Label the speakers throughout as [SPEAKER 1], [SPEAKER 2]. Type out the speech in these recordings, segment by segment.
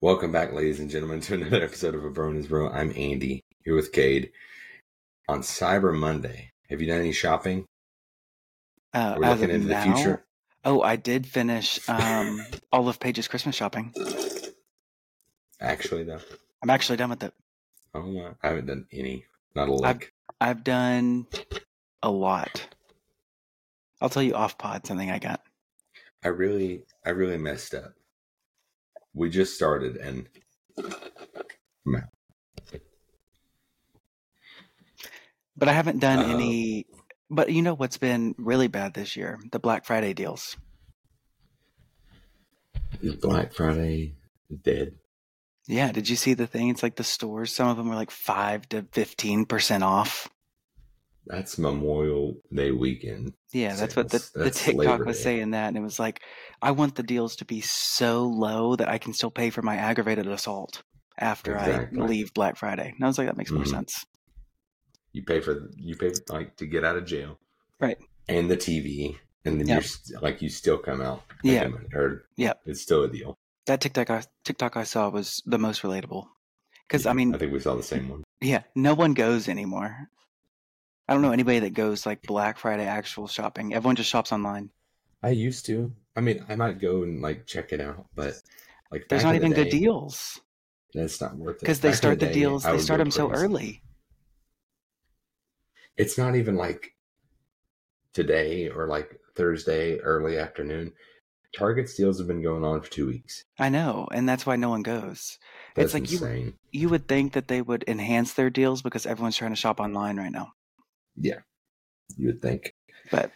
[SPEAKER 1] Welcome back, ladies and gentlemen, to another episode of A Bro and His Bro. I'm Andy here with Cade on Cyber Monday. Have you done any shopping?
[SPEAKER 2] Uh,
[SPEAKER 1] Are we
[SPEAKER 2] as of
[SPEAKER 1] looking into the
[SPEAKER 2] now,
[SPEAKER 1] future?
[SPEAKER 2] oh, I did finish um, all of Paige's Christmas shopping.
[SPEAKER 1] Actually, though,
[SPEAKER 2] I'm actually done with it.
[SPEAKER 1] oh my, I haven't done any. Not a lick.
[SPEAKER 2] I've done a lot. I'll tell you off pod something I got.
[SPEAKER 1] I really, I really messed up. We just started, and
[SPEAKER 2] But I haven't done
[SPEAKER 1] Uh-oh.
[SPEAKER 2] any. But you know what's been really bad this year? The Black Friday deals.
[SPEAKER 1] is Black Friday dead.
[SPEAKER 2] Yeah, did you see the thing? It's like the stores, some of them were like 5 to 15% off.
[SPEAKER 1] That's Memorial Day weekend.
[SPEAKER 2] Yeah, that's what the,
[SPEAKER 1] Sales.
[SPEAKER 2] the
[SPEAKER 1] That's
[SPEAKER 2] TikTok
[SPEAKER 1] Labor
[SPEAKER 2] was
[SPEAKER 1] Day.
[SPEAKER 2] saying that. And it was like, I want the deals to be so low that I can still pay for my aggravated assault after
[SPEAKER 1] Exactly.
[SPEAKER 2] I leave Black Friday. And I was like, that makes more
[SPEAKER 1] Mhm.
[SPEAKER 2] sense.
[SPEAKER 1] You pay for you pay like to get out of jail,
[SPEAKER 2] Right.
[SPEAKER 1] And the TV, and then
[SPEAKER 2] Yeah.
[SPEAKER 1] you're st- like you still come out.
[SPEAKER 2] Yeah.
[SPEAKER 1] or
[SPEAKER 2] Yeah.
[SPEAKER 1] it's still a deal.
[SPEAKER 2] That TikTok I, TikTok I saw was the most relatable. Because,
[SPEAKER 1] Yeah,
[SPEAKER 2] I mean,
[SPEAKER 1] I think we saw the same one.
[SPEAKER 2] yeah, no one goes anymore. I don't know anybody that goes like Black Friday actual shopping. Everyone just shops online.
[SPEAKER 1] I used to. I mean, I might go and like check it out, but like
[SPEAKER 2] There's
[SPEAKER 1] back
[SPEAKER 2] not
[SPEAKER 1] in the
[SPEAKER 2] even good
[SPEAKER 1] day,
[SPEAKER 2] deals
[SPEAKER 1] That's not worth it
[SPEAKER 2] because they
[SPEAKER 1] Back in
[SPEAKER 2] start the
[SPEAKER 1] day,
[SPEAKER 2] deals,
[SPEAKER 1] I
[SPEAKER 2] they
[SPEAKER 1] would
[SPEAKER 2] start
[SPEAKER 1] go
[SPEAKER 2] them so
[SPEAKER 1] crazy.
[SPEAKER 2] early.
[SPEAKER 1] It's not even like today or like Thursday early afternoon. Target's deals have been going on for two weeks.
[SPEAKER 2] I know. And that's why no one goes.
[SPEAKER 1] That's
[SPEAKER 2] like you-
[SPEAKER 1] insane.
[SPEAKER 2] you would think that they would enhance their deals because everyone's trying to shop online right now.
[SPEAKER 1] You would think
[SPEAKER 2] But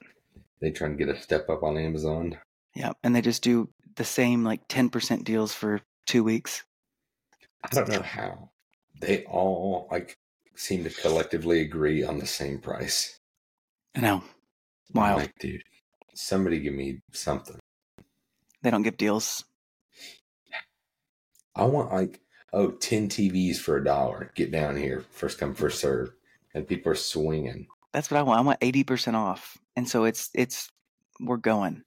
[SPEAKER 1] they try and get a step up on Amazon.
[SPEAKER 2] yeah, and they just do the same like 10% deals for 2 weeks.
[SPEAKER 1] I don't know how they all like seem to collectively agree on the same price.
[SPEAKER 2] I know.
[SPEAKER 1] I'm
[SPEAKER 2] Wild.
[SPEAKER 1] like, dude, somebody give me something.
[SPEAKER 2] They don't give deals.
[SPEAKER 1] I want like oh 10 TVs for a dollar. Get down here, first come first serve, and people are swinging.
[SPEAKER 2] That's what I want. I want 80% off. And so it's it's we're going.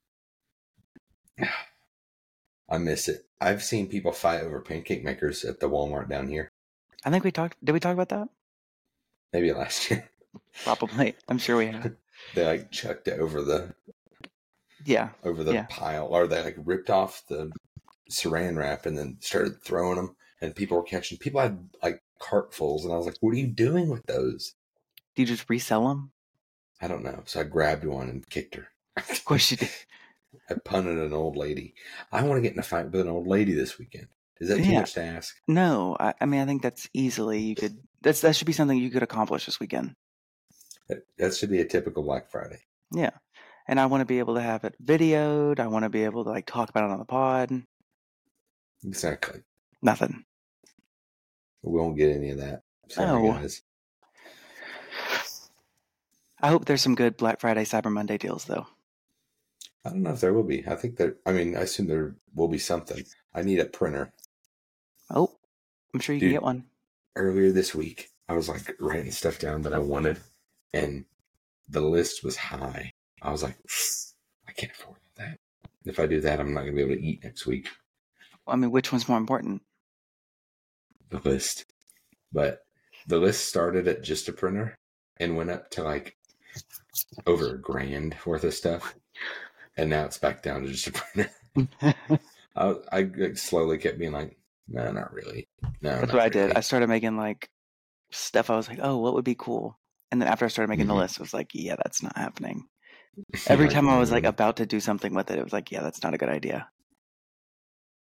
[SPEAKER 1] I miss it. I've seen people fight over pancake makers at the Walmart down here.
[SPEAKER 2] I think we talked did we talk about that?
[SPEAKER 1] Maybe last year
[SPEAKER 2] Probably. I'm sure we have.
[SPEAKER 1] they like chucked it over the
[SPEAKER 2] Yeah.
[SPEAKER 1] over the
[SPEAKER 2] Yeah.
[SPEAKER 1] pile, or they like ripped off the saran wrap and then started throwing them, and people were catching. People had like cartfuls, and I was like, "What are you doing with those?"
[SPEAKER 2] Do you just resell them?
[SPEAKER 1] I don't know. So I grabbed one and kicked her.
[SPEAKER 2] Of course you do.
[SPEAKER 1] I punted an old lady. I want to get in a fight with an old lady this weekend. Is that too
[SPEAKER 2] Yeah.
[SPEAKER 1] much to ask?
[SPEAKER 2] No, I, I mean I think that's easily you could that's that should be something you could accomplish this weekend.
[SPEAKER 1] That, that should be a typical Black Friday.
[SPEAKER 2] Yeah. And I want to be able to have it videoed. I want to be able to like talk about it on the pod.
[SPEAKER 1] Exactly.
[SPEAKER 2] Nothing.
[SPEAKER 1] We won't get any of that. Sorry,
[SPEAKER 2] No.
[SPEAKER 1] guys.
[SPEAKER 2] I hope there's some good Black Friday, Cyber Monday deals though.
[SPEAKER 1] I don't know if there will be. I think there. I mean, I assume there will be something. I need a printer.
[SPEAKER 2] Oh, I'm sure you
[SPEAKER 1] Dude.
[SPEAKER 2] can get one.
[SPEAKER 1] earlier this week, I was like writing stuff down that I wanted, and the list was high. I was like, I can't afford that. If I do that, I'm not gonna be able to eat next week.
[SPEAKER 2] I mean, which one's more important?
[SPEAKER 1] The list, but the list started at just a printer and went up to like over a grand worth of stuff, and now it's back down to just a printer.
[SPEAKER 2] That's
[SPEAKER 1] I, I like, slowly kept being like, no, not really. No, not
[SPEAKER 2] what I did.
[SPEAKER 1] really."
[SPEAKER 2] I started making like stuff. I was like, oh, what would be cool? And then after I started making
[SPEAKER 1] Mhm.
[SPEAKER 2] the list, I was like, yeah, that's not happening. Every time I was
[SPEAKER 1] mm-hmm.
[SPEAKER 2] like about to do something with it, it was like, yeah, that's not a good idea.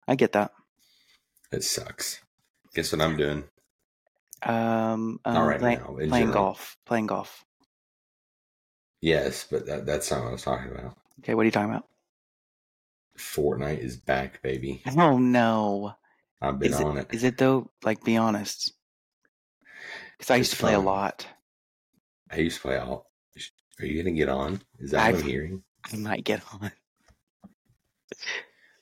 [SPEAKER 2] I get that.
[SPEAKER 1] it sucks. Guess what I'm doing?
[SPEAKER 2] Um, um
[SPEAKER 1] All right,
[SPEAKER 2] play-
[SPEAKER 1] now in
[SPEAKER 2] playing
[SPEAKER 1] general.
[SPEAKER 2] golf. Playing golf.
[SPEAKER 1] Yes, but that, that's not what I was talking about.
[SPEAKER 2] Okay, what are you talking about?
[SPEAKER 1] Fortnite is back, baby.
[SPEAKER 2] Oh no.
[SPEAKER 1] I've been
[SPEAKER 2] Is
[SPEAKER 1] on
[SPEAKER 2] it,
[SPEAKER 1] it.
[SPEAKER 2] is it though? Like, be honest. Because I used
[SPEAKER 1] It's
[SPEAKER 2] to play a
[SPEAKER 1] fun.
[SPEAKER 2] lot.
[SPEAKER 1] I used to play all. Are you gonna get on? Is that what
[SPEAKER 2] I've-
[SPEAKER 1] I'm hearing?
[SPEAKER 2] I might get on.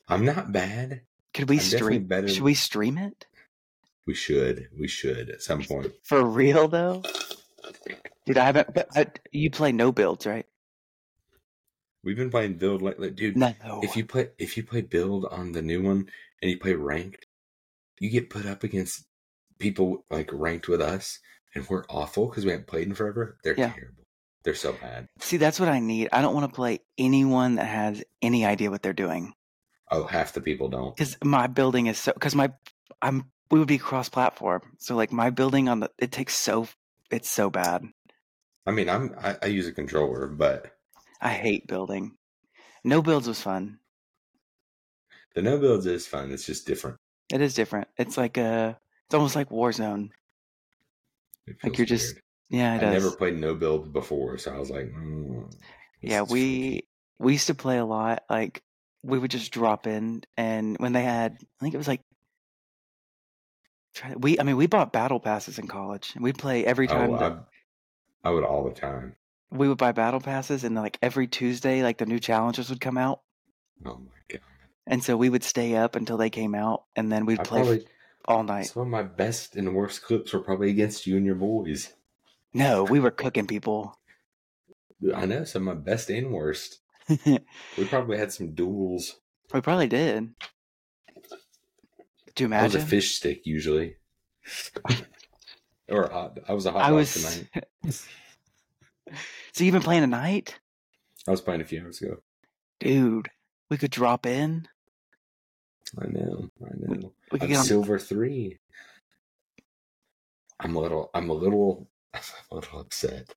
[SPEAKER 1] I'm not bad.
[SPEAKER 2] Could we
[SPEAKER 1] I'm definitely
[SPEAKER 2] stream?
[SPEAKER 1] better-
[SPEAKER 2] Should we stream it
[SPEAKER 1] We should. We should at some point.
[SPEAKER 2] for real though? Dude, I haven't. But I, you play no builds, right?
[SPEAKER 1] We've been playing build lately, dude.
[SPEAKER 2] No.
[SPEAKER 1] If you play, if you play build on the new one and you play ranked, you get put up against people like ranked with us, and we're awful because we haven't played in forever. They're
[SPEAKER 2] Yeah.
[SPEAKER 1] terrible. They're so bad.
[SPEAKER 2] See, that's what I need. I don't want to play anyone that has any idea what they're doing
[SPEAKER 1] Oh, half the people don't.
[SPEAKER 2] because my building is so. Because my, I'm we would be cross-platform, so like my building on the it takes so it's so bad.
[SPEAKER 1] I mean, I'm I, I use a controller, but
[SPEAKER 2] I hate building. No builds was fun.
[SPEAKER 1] the no builds is fun. It's just different.
[SPEAKER 2] It is different. It's like a. It's almost like Warzone.
[SPEAKER 1] It
[SPEAKER 2] Like
[SPEAKER 1] feels
[SPEAKER 2] you're just-
[SPEAKER 1] weird.
[SPEAKER 2] Yeah, it
[SPEAKER 1] I
[SPEAKER 2] does.
[SPEAKER 1] never played no build before, so I was like, mm, this
[SPEAKER 2] yeah,
[SPEAKER 1] is
[SPEAKER 2] we we used to play a lot. Like we would just drop in, and when they had, I think it was like. try- We, I mean, we bought battle passes in college, and we play every
[SPEAKER 1] funky.
[SPEAKER 2] time.
[SPEAKER 1] oh,
[SPEAKER 2] the-
[SPEAKER 1] I, I would all the time.
[SPEAKER 2] we would buy battle passes and like every tuesday like the new challenges would come out
[SPEAKER 1] Oh my god!
[SPEAKER 2] and so we would stay up until they came out and then we'd
[SPEAKER 1] I
[SPEAKER 2] play
[SPEAKER 1] probably
[SPEAKER 2] all night
[SPEAKER 1] some of my best and worst clips were probably against you and your boys.
[SPEAKER 2] no we were cooking people
[SPEAKER 1] I know some of my best and worst.
[SPEAKER 2] we
[SPEAKER 1] We probably had some duels.
[SPEAKER 2] probably did could you
[SPEAKER 1] I was a
[SPEAKER 2] imagine
[SPEAKER 1] fish stick usually, or a hot. I was a hot
[SPEAKER 2] I
[SPEAKER 1] dog
[SPEAKER 2] was-
[SPEAKER 1] tonight.
[SPEAKER 2] so you've been playing tonight
[SPEAKER 1] I was playing a few hours ago.
[SPEAKER 2] dude we could drop in
[SPEAKER 1] I know. I know.
[SPEAKER 2] we could
[SPEAKER 1] I'm
[SPEAKER 2] get on
[SPEAKER 1] silver three. I'm a little. I'm a little. I'm a little upset.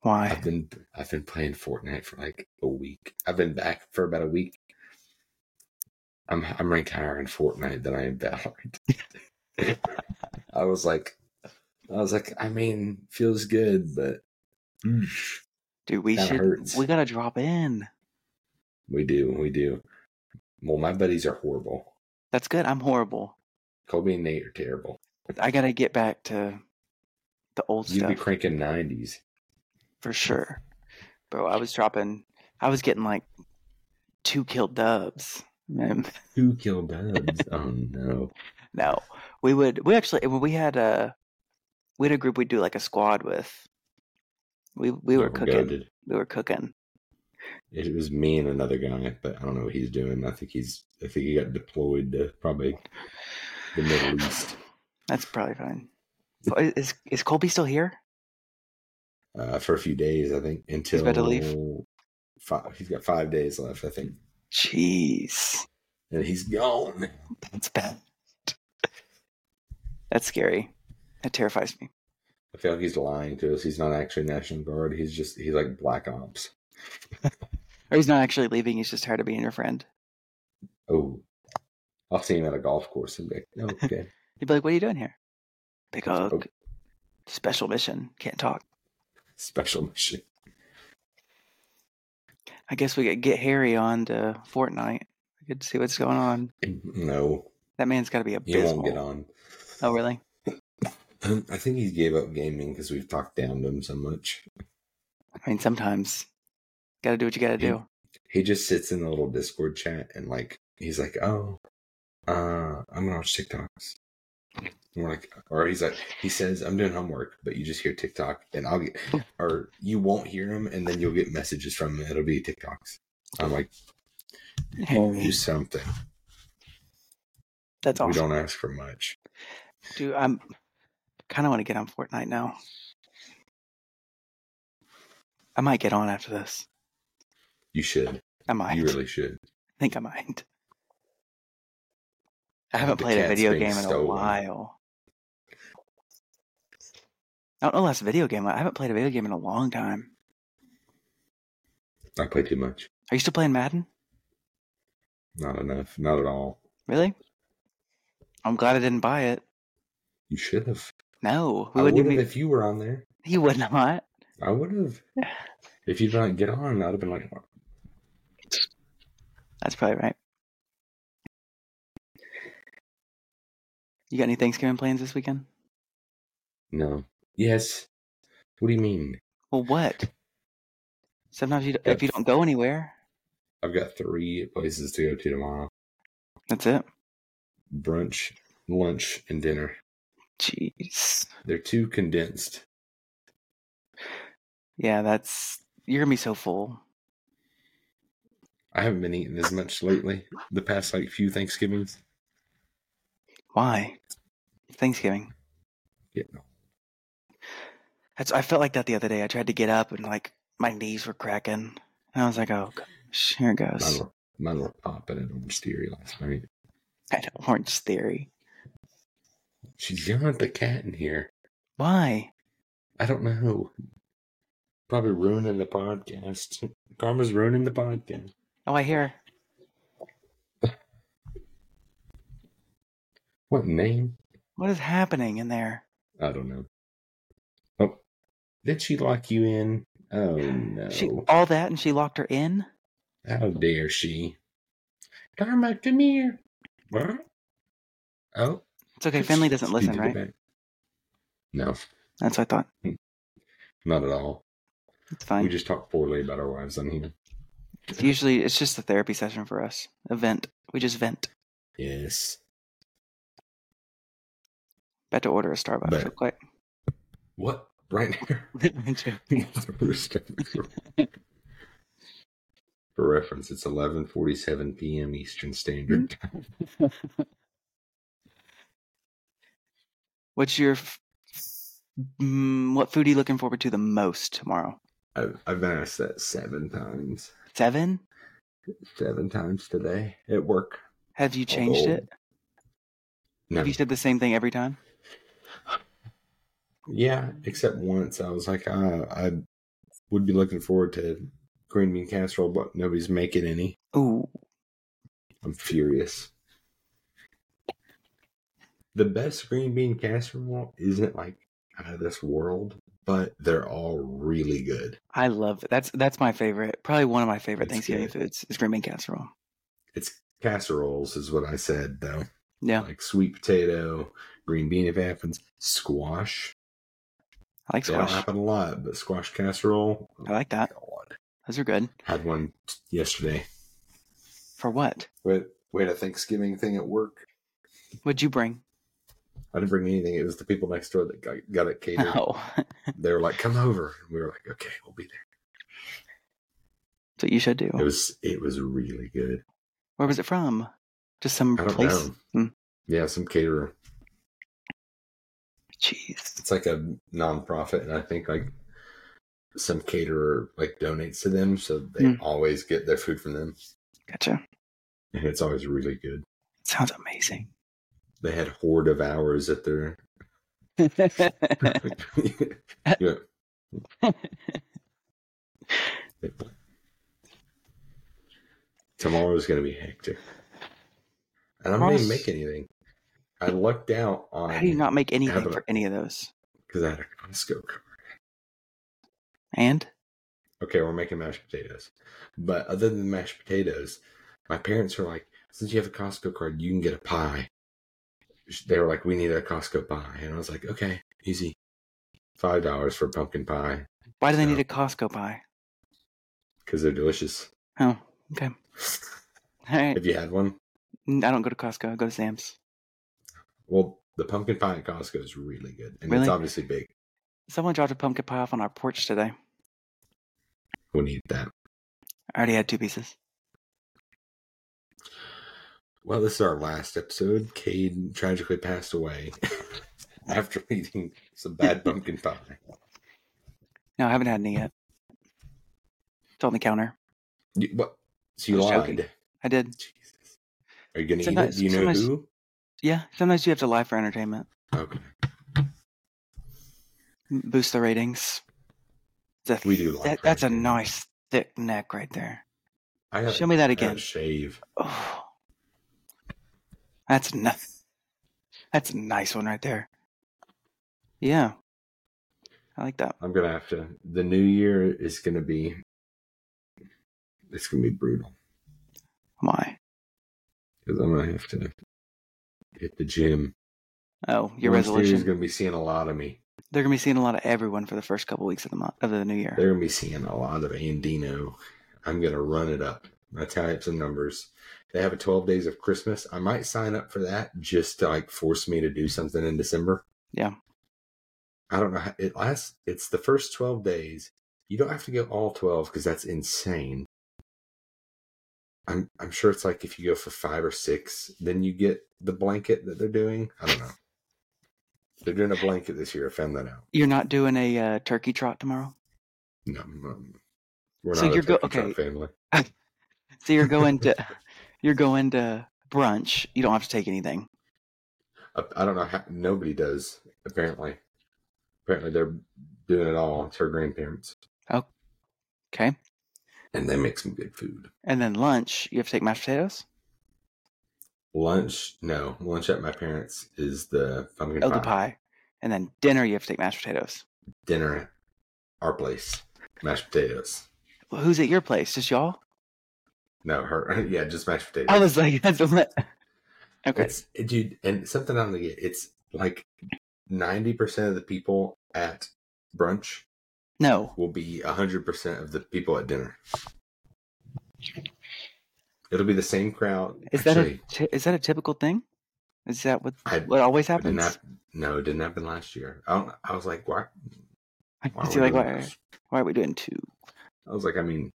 [SPEAKER 2] why
[SPEAKER 1] I've been. I've been playing Fortnite for like a week. I've been back for about a week. I'm. I'm ranked higher in Fortnite than I am Valorant. I was like. I was like. I mean, feels good, but mm,
[SPEAKER 2] dude we
[SPEAKER 1] that
[SPEAKER 2] should
[SPEAKER 1] hurts.
[SPEAKER 2] we gotta drop in
[SPEAKER 1] we do. We do. Well, my buddies are horrible.
[SPEAKER 2] that's good i'm horrible
[SPEAKER 1] Colby and Nate are terrible.
[SPEAKER 2] i gotta get back to the old
[SPEAKER 1] You'd
[SPEAKER 2] stuff
[SPEAKER 1] be cranking nineties.
[SPEAKER 2] for sure. Bro, I was dropping, I was getting like two kill dubs. Man,
[SPEAKER 1] Who killed Dubs? oh no.
[SPEAKER 2] No, we would, we actually, when we had a, we had a group we'd do like a squad with. We we were
[SPEAKER 1] Oh,
[SPEAKER 2] cooking.
[SPEAKER 1] goated.
[SPEAKER 2] We were cooking.
[SPEAKER 1] It was me and another guy, but I don't know what he's doing. I think he's I think he got deployed to probably the Middle East.
[SPEAKER 2] That's probably fine. So i- Is is Colby still here?
[SPEAKER 1] Uh, for a few days, I think, until
[SPEAKER 2] about to leave.
[SPEAKER 1] Five, he's got five days left, I think.
[SPEAKER 2] Jeez,
[SPEAKER 1] And he's gone.
[SPEAKER 2] that's bad. That's scary. That terrifies me.
[SPEAKER 1] I feel like he's lying to us. He's not actually National Guard. He's just he's like Black Ops.
[SPEAKER 2] Or he's not actually leaving. He's just tired of being your friend.
[SPEAKER 1] Oh. I'll see him at a golf course and be like, "Oh, okay.
[SPEAKER 2] He'd be like, "What are you doing here?" Big
[SPEAKER 1] That's-
[SPEAKER 2] hug. Special mission. Can't talk.
[SPEAKER 1] Special mission.
[SPEAKER 2] I guess we could get Harry on to Fortnite. We could see what's going on.
[SPEAKER 1] No.
[SPEAKER 2] That man's got to be
[SPEAKER 1] You
[SPEAKER 2] abysmal.
[SPEAKER 1] won't get on.
[SPEAKER 2] Oh, really?
[SPEAKER 1] Um, I think he gave up gaming because we've talked down to him so much.
[SPEAKER 2] I mean, sometimes got to do what you got to
[SPEAKER 1] Yeah.
[SPEAKER 2] do.
[SPEAKER 1] He just sits in the little Discord chat and like he's like, "Oh, uh, I'm gonna watch TikToks." And we're like, or he's like, he says, "I'm doing homework," but you just hear TikTok, and I'll get, or you won't hear him, and then you'll get messages from him. It'll be TikToks. I'm like, do something.
[SPEAKER 2] That's
[SPEAKER 1] We
[SPEAKER 2] awesome.
[SPEAKER 1] don't ask for much.
[SPEAKER 2] Dude, I'm kind of want to get on Fortnite now. I might get on after this.
[SPEAKER 1] You should.
[SPEAKER 2] I might.
[SPEAKER 1] You really should.
[SPEAKER 2] I think I might. I haven't
[SPEAKER 1] The
[SPEAKER 2] played a
[SPEAKER 1] cat's
[SPEAKER 2] video
[SPEAKER 1] being
[SPEAKER 2] game in a
[SPEAKER 1] stolen.
[SPEAKER 2] while. I don't know the last video game. I haven't played a video game in a long time.
[SPEAKER 1] I play too much.
[SPEAKER 2] Are you still playing Madden?
[SPEAKER 1] Not enough. Not at all.
[SPEAKER 2] Really? I'm glad I didn't buy it.
[SPEAKER 1] You should have.
[SPEAKER 2] No, we
[SPEAKER 1] I would
[SPEAKER 2] wouldn't
[SPEAKER 1] have
[SPEAKER 2] even.
[SPEAKER 1] if you were on there.
[SPEAKER 2] He would not.
[SPEAKER 1] I would have. If you'd not get on, I'd have been like,
[SPEAKER 2] That's probably right. You got any Thanksgiving plans this weekend?
[SPEAKER 1] no. Yes. What do you mean?
[SPEAKER 2] Well, what? Sometimes you, d-
[SPEAKER 1] Yeah.
[SPEAKER 2] if you don't go anywhere,
[SPEAKER 1] I've got three places to go to tomorrow
[SPEAKER 2] that's it.
[SPEAKER 1] brunch, lunch, and dinner.
[SPEAKER 2] Jeez.
[SPEAKER 1] They're too condensed.
[SPEAKER 2] Yeah, that's you're gonna be so full.
[SPEAKER 1] I haven't been eating as much lately, the past like few Thanksgivings.
[SPEAKER 2] Why? Thanksgiving.
[SPEAKER 1] Getting old.
[SPEAKER 2] That's, I felt like that the other day. I tried to get up and like my knees were cracking. And I was like, oh, gosh, here it
[SPEAKER 1] Mine
[SPEAKER 2] goes.
[SPEAKER 1] were, mine were popping an orange theory last night.
[SPEAKER 2] I know, Orange Theory.
[SPEAKER 1] She's yelling at the cat in here.
[SPEAKER 2] Why?
[SPEAKER 1] I don't know. Probably ruining the podcast. Karma's ruining the podcast.
[SPEAKER 2] Oh, I hear.
[SPEAKER 1] What name?
[SPEAKER 2] What is happening in there?
[SPEAKER 1] I don't know. Oh, did she lock you in? Oh no!
[SPEAKER 2] She all that, and she locked her in.
[SPEAKER 1] How dare she? Karma, come here. What? Oh,
[SPEAKER 2] It's okay. Finley doesn't
[SPEAKER 1] she
[SPEAKER 2] listen,
[SPEAKER 1] did it
[SPEAKER 2] right?
[SPEAKER 1] back. No,
[SPEAKER 2] That's what I thought.
[SPEAKER 1] not at all.
[SPEAKER 2] It's
[SPEAKER 1] We
[SPEAKER 2] fine.
[SPEAKER 1] just talk poorly about our wives on here.
[SPEAKER 2] Usually, it's just a therapy session for us. A vent. We just vent.
[SPEAKER 1] Yes.
[SPEAKER 2] About to order a Starbucks
[SPEAKER 1] But-
[SPEAKER 2] real quick.
[SPEAKER 1] What? Right here. For reference, it's 11:47 p.m. Eastern Standard
[SPEAKER 2] Mm-hmm.
[SPEAKER 1] Time.
[SPEAKER 2] What's your f- mm, what food are you looking forward to the most tomorrow?
[SPEAKER 1] I've, I've been asked that seven times,
[SPEAKER 2] Seven?
[SPEAKER 1] seven times today at work.
[SPEAKER 2] Have you changed
[SPEAKER 1] Oh,
[SPEAKER 2] it?
[SPEAKER 1] No,
[SPEAKER 2] Have you said the same thing every time?
[SPEAKER 1] yeah, except once I was like, uh, I would be looking forward to green bean casserole, but nobody's making any.
[SPEAKER 2] Ooh,
[SPEAKER 1] I'm furious. The best green bean casserole isn't like out of this world, but they're all really good.
[SPEAKER 2] I love it. That's that's my favorite. Probably one of my favorite
[SPEAKER 1] It's
[SPEAKER 2] Thanksgiving
[SPEAKER 1] good.
[SPEAKER 2] foods is green bean casserole.
[SPEAKER 1] It's casseroles, is what I said though.
[SPEAKER 2] Yeah,
[SPEAKER 1] Like sweet potato, green bean if happens, squash.
[SPEAKER 2] I like
[SPEAKER 1] They don't
[SPEAKER 2] squash.
[SPEAKER 1] happen a lot, but squash casserole.
[SPEAKER 2] I like that.
[SPEAKER 1] God.
[SPEAKER 2] Those are good.
[SPEAKER 1] Had one yesterday.
[SPEAKER 2] For what?
[SPEAKER 1] Wait, wait, a Thanksgiving thing at work.
[SPEAKER 2] What'd you bring?
[SPEAKER 1] I didn't bring anything. It was the people next door that got, got it catered.
[SPEAKER 2] Oh,
[SPEAKER 1] They were like, "Come over," and we were like, "Okay, we'll be there."
[SPEAKER 2] that's what you should do.
[SPEAKER 1] It was it was really good.
[SPEAKER 2] Where was it from? Just some
[SPEAKER 1] I don't
[SPEAKER 2] place.
[SPEAKER 1] know.
[SPEAKER 2] Mm.
[SPEAKER 1] Yeah, some caterer.
[SPEAKER 2] Jeez.
[SPEAKER 1] It's like a nonprofit, and I think like some caterer like donates to them, so they
[SPEAKER 2] Mm.
[SPEAKER 1] always get their food from them,
[SPEAKER 2] Gotcha.
[SPEAKER 1] and it's always really good.
[SPEAKER 2] Sounds amazing.
[SPEAKER 1] They had horde of hours at their. yeah. Tomorrow's gonna be hectic, and I'm not even
[SPEAKER 2] Tomorrow's-
[SPEAKER 1] make anything. I lucked out on
[SPEAKER 2] How do you not make anything
[SPEAKER 1] but-
[SPEAKER 2] for any of those?
[SPEAKER 1] because I had a Costco card.
[SPEAKER 2] And
[SPEAKER 1] okay, we're making mashed potatoes. But other than mashed potatoes, my parents were like, since you have a Costco card, you can get a pie. They were like, we need a Costco pie. And I was like, okay, easy. $5 for pumpkin pie
[SPEAKER 2] why do they
[SPEAKER 1] No.
[SPEAKER 2] need a Costco pie?
[SPEAKER 1] because they're delicious.
[SPEAKER 2] Oh, okay. All right.
[SPEAKER 1] Have you had one?
[SPEAKER 2] Mm, I don't go to Costco. I go to Sam's.
[SPEAKER 1] Well, the pumpkin pie at Costco is really good. And
[SPEAKER 2] Really?
[SPEAKER 1] it's obviously big.
[SPEAKER 2] Someone dropped a pumpkin pie off on our porch today.
[SPEAKER 1] We need that.
[SPEAKER 2] I already had two pieces.
[SPEAKER 1] Well, this is our last episode. Cade tragically passed away after eating some bad pumpkin pie.
[SPEAKER 2] No, I haven't had any yet. It's on the counter.
[SPEAKER 1] You, what? So you
[SPEAKER 2] I was
[SPEAKER 1] lied.
[SPEAKER 2] joking. I did.
[SPEAKER 1] Jesus. Are you gonna
[SPEAKER 2] So
[SPEAKER 1] eat
[SPEAKER 2] nice-
[SPEAKER 1] it? Do you
[SPEAKER 2] so
[SPEAKER 1] know
[SPEAKER 2] nice-
[SPEAKER 1] who?
[SPEAKER 2] Yeah, sometimes you have to lie for entertainment.
[SPEAKER 1] Okay.
[SPEAKER 2] M- Boost the ratings. It's a-
[SPEAKER 1] We do lie
[SPEAKER 2] that-
[SPEAKER 1] for
[SPEAKER 2] that's a
[SPEAKER 1] entertainment.
[SPEAKER 2] nice thick neck right there.
[SPEAKER 1] I gotta,
[SPEAKER 2] Show me that
[SPEAKER 1] I gotta
[SPEAKER 2] again.
[SPEAKER 1] shave.
[SPEAKER 2] Oh, that's nothing. That's a nice one right there. Yeah, I like that.
[SPEAKER 1] I'm gonna have to. The new year is gonna be. It's gonna be brutal
[SPEAKER 2] My
[SPEAKER 1] because I'm gonna have to hit the gym.
[SPEAKER 2] oh, your
[SPEAKER 1] Orange Theory
[SPEAKER 2] resolution.
[SPEAKER 1] is gonna be seeing a lot of me.
[SPEAKER 2] They're gonna be seeing a lot of everyone for the first couple weeks of the month of the new year.
[SPEAKER 1] They're gonna be seeing a lot of Andino. I'm gonna run it up. I tie up some numbers. They have a 12 days of Christmas. I might sign up for that just to like force me to do something in December.
[SPEAKER 2] Yeah.
[SPEAKER 1] I don't know. How, it lasts. It's the first 12 days. You don't have to go all 12 because that's insane. I'm I'm sure it's like if you go for five or six, then you get the blanket that they're doing. I don't know. They're doing a blanket this year. I found that out.
[SPEAKER 2] You're not doing a uh, turkey trot tomorrow.
[SPEAKER 1] No, um, we're
[SPEAKER 2] So
[SPEAKER 1] not
[SPEAKER 2] you're
[SPEAKER 1] a
[SPEAKER 2] go-
[SPEAKER 1] turkey trot family.
[SPEAKER 2] So you're going to you're going to brunch. You don't have to take anything.
[SPEAKER 1] I, I don't know how nobody does. Apparently, apparently they're doing it all. It's her grandparents,
[SPEAKER 2] Okay.
[SPEAKER 1] and they make some good food.
[SPEAKER 2] And then lunch, you have to take mashed potatoes.
[SPEAKER 1] Lunch, no lunch at my parents is the pumpkin
[SPEAKER 2] Oh,
[SPEAKER 1] pie.
[SPEAKER 2] the pie. And then dinner, you have to take mashed potatoes.
[SPEAKER 1] Dinner, at our place, mashed potatoes.
[SPEAKER 2] Well, who's at your place? Just y'all?
[SPEAKER 1] No, her, yeah, just mashed potatoes.
[SPEAKER 2] I was like, that's what. Okay.
[SPEAKER 1] It's dude, and something I'm gonna get. It's like ninety percent of the people at brunch
[SPEAKER 2] No.
[SPEAKER 1] will be hundred percent of the people at dinner. It'll be the same crowd.
[SPEAKER 2] Is that a ti- is that a typical thing? Is that what
[SPEAKER 1] I-
[SPEAKER 2] what always
[SPEAKER 1] It didn't
[SPEAKER 2] happens?
[SPEAKER 1] happen, no, it didn't happen last year. I don't, I was like, why? why are
[SPEAKER 2] Is he
[SPEAKER 1] we
[SPEAKER 2] like,
[SPEAKER 1] doing
[SPEAKER 2] why,
[SPEAKER 1] this?
[SPEAKER 2] why are we doing two?
[SPEAKER 1] I was like, I mean,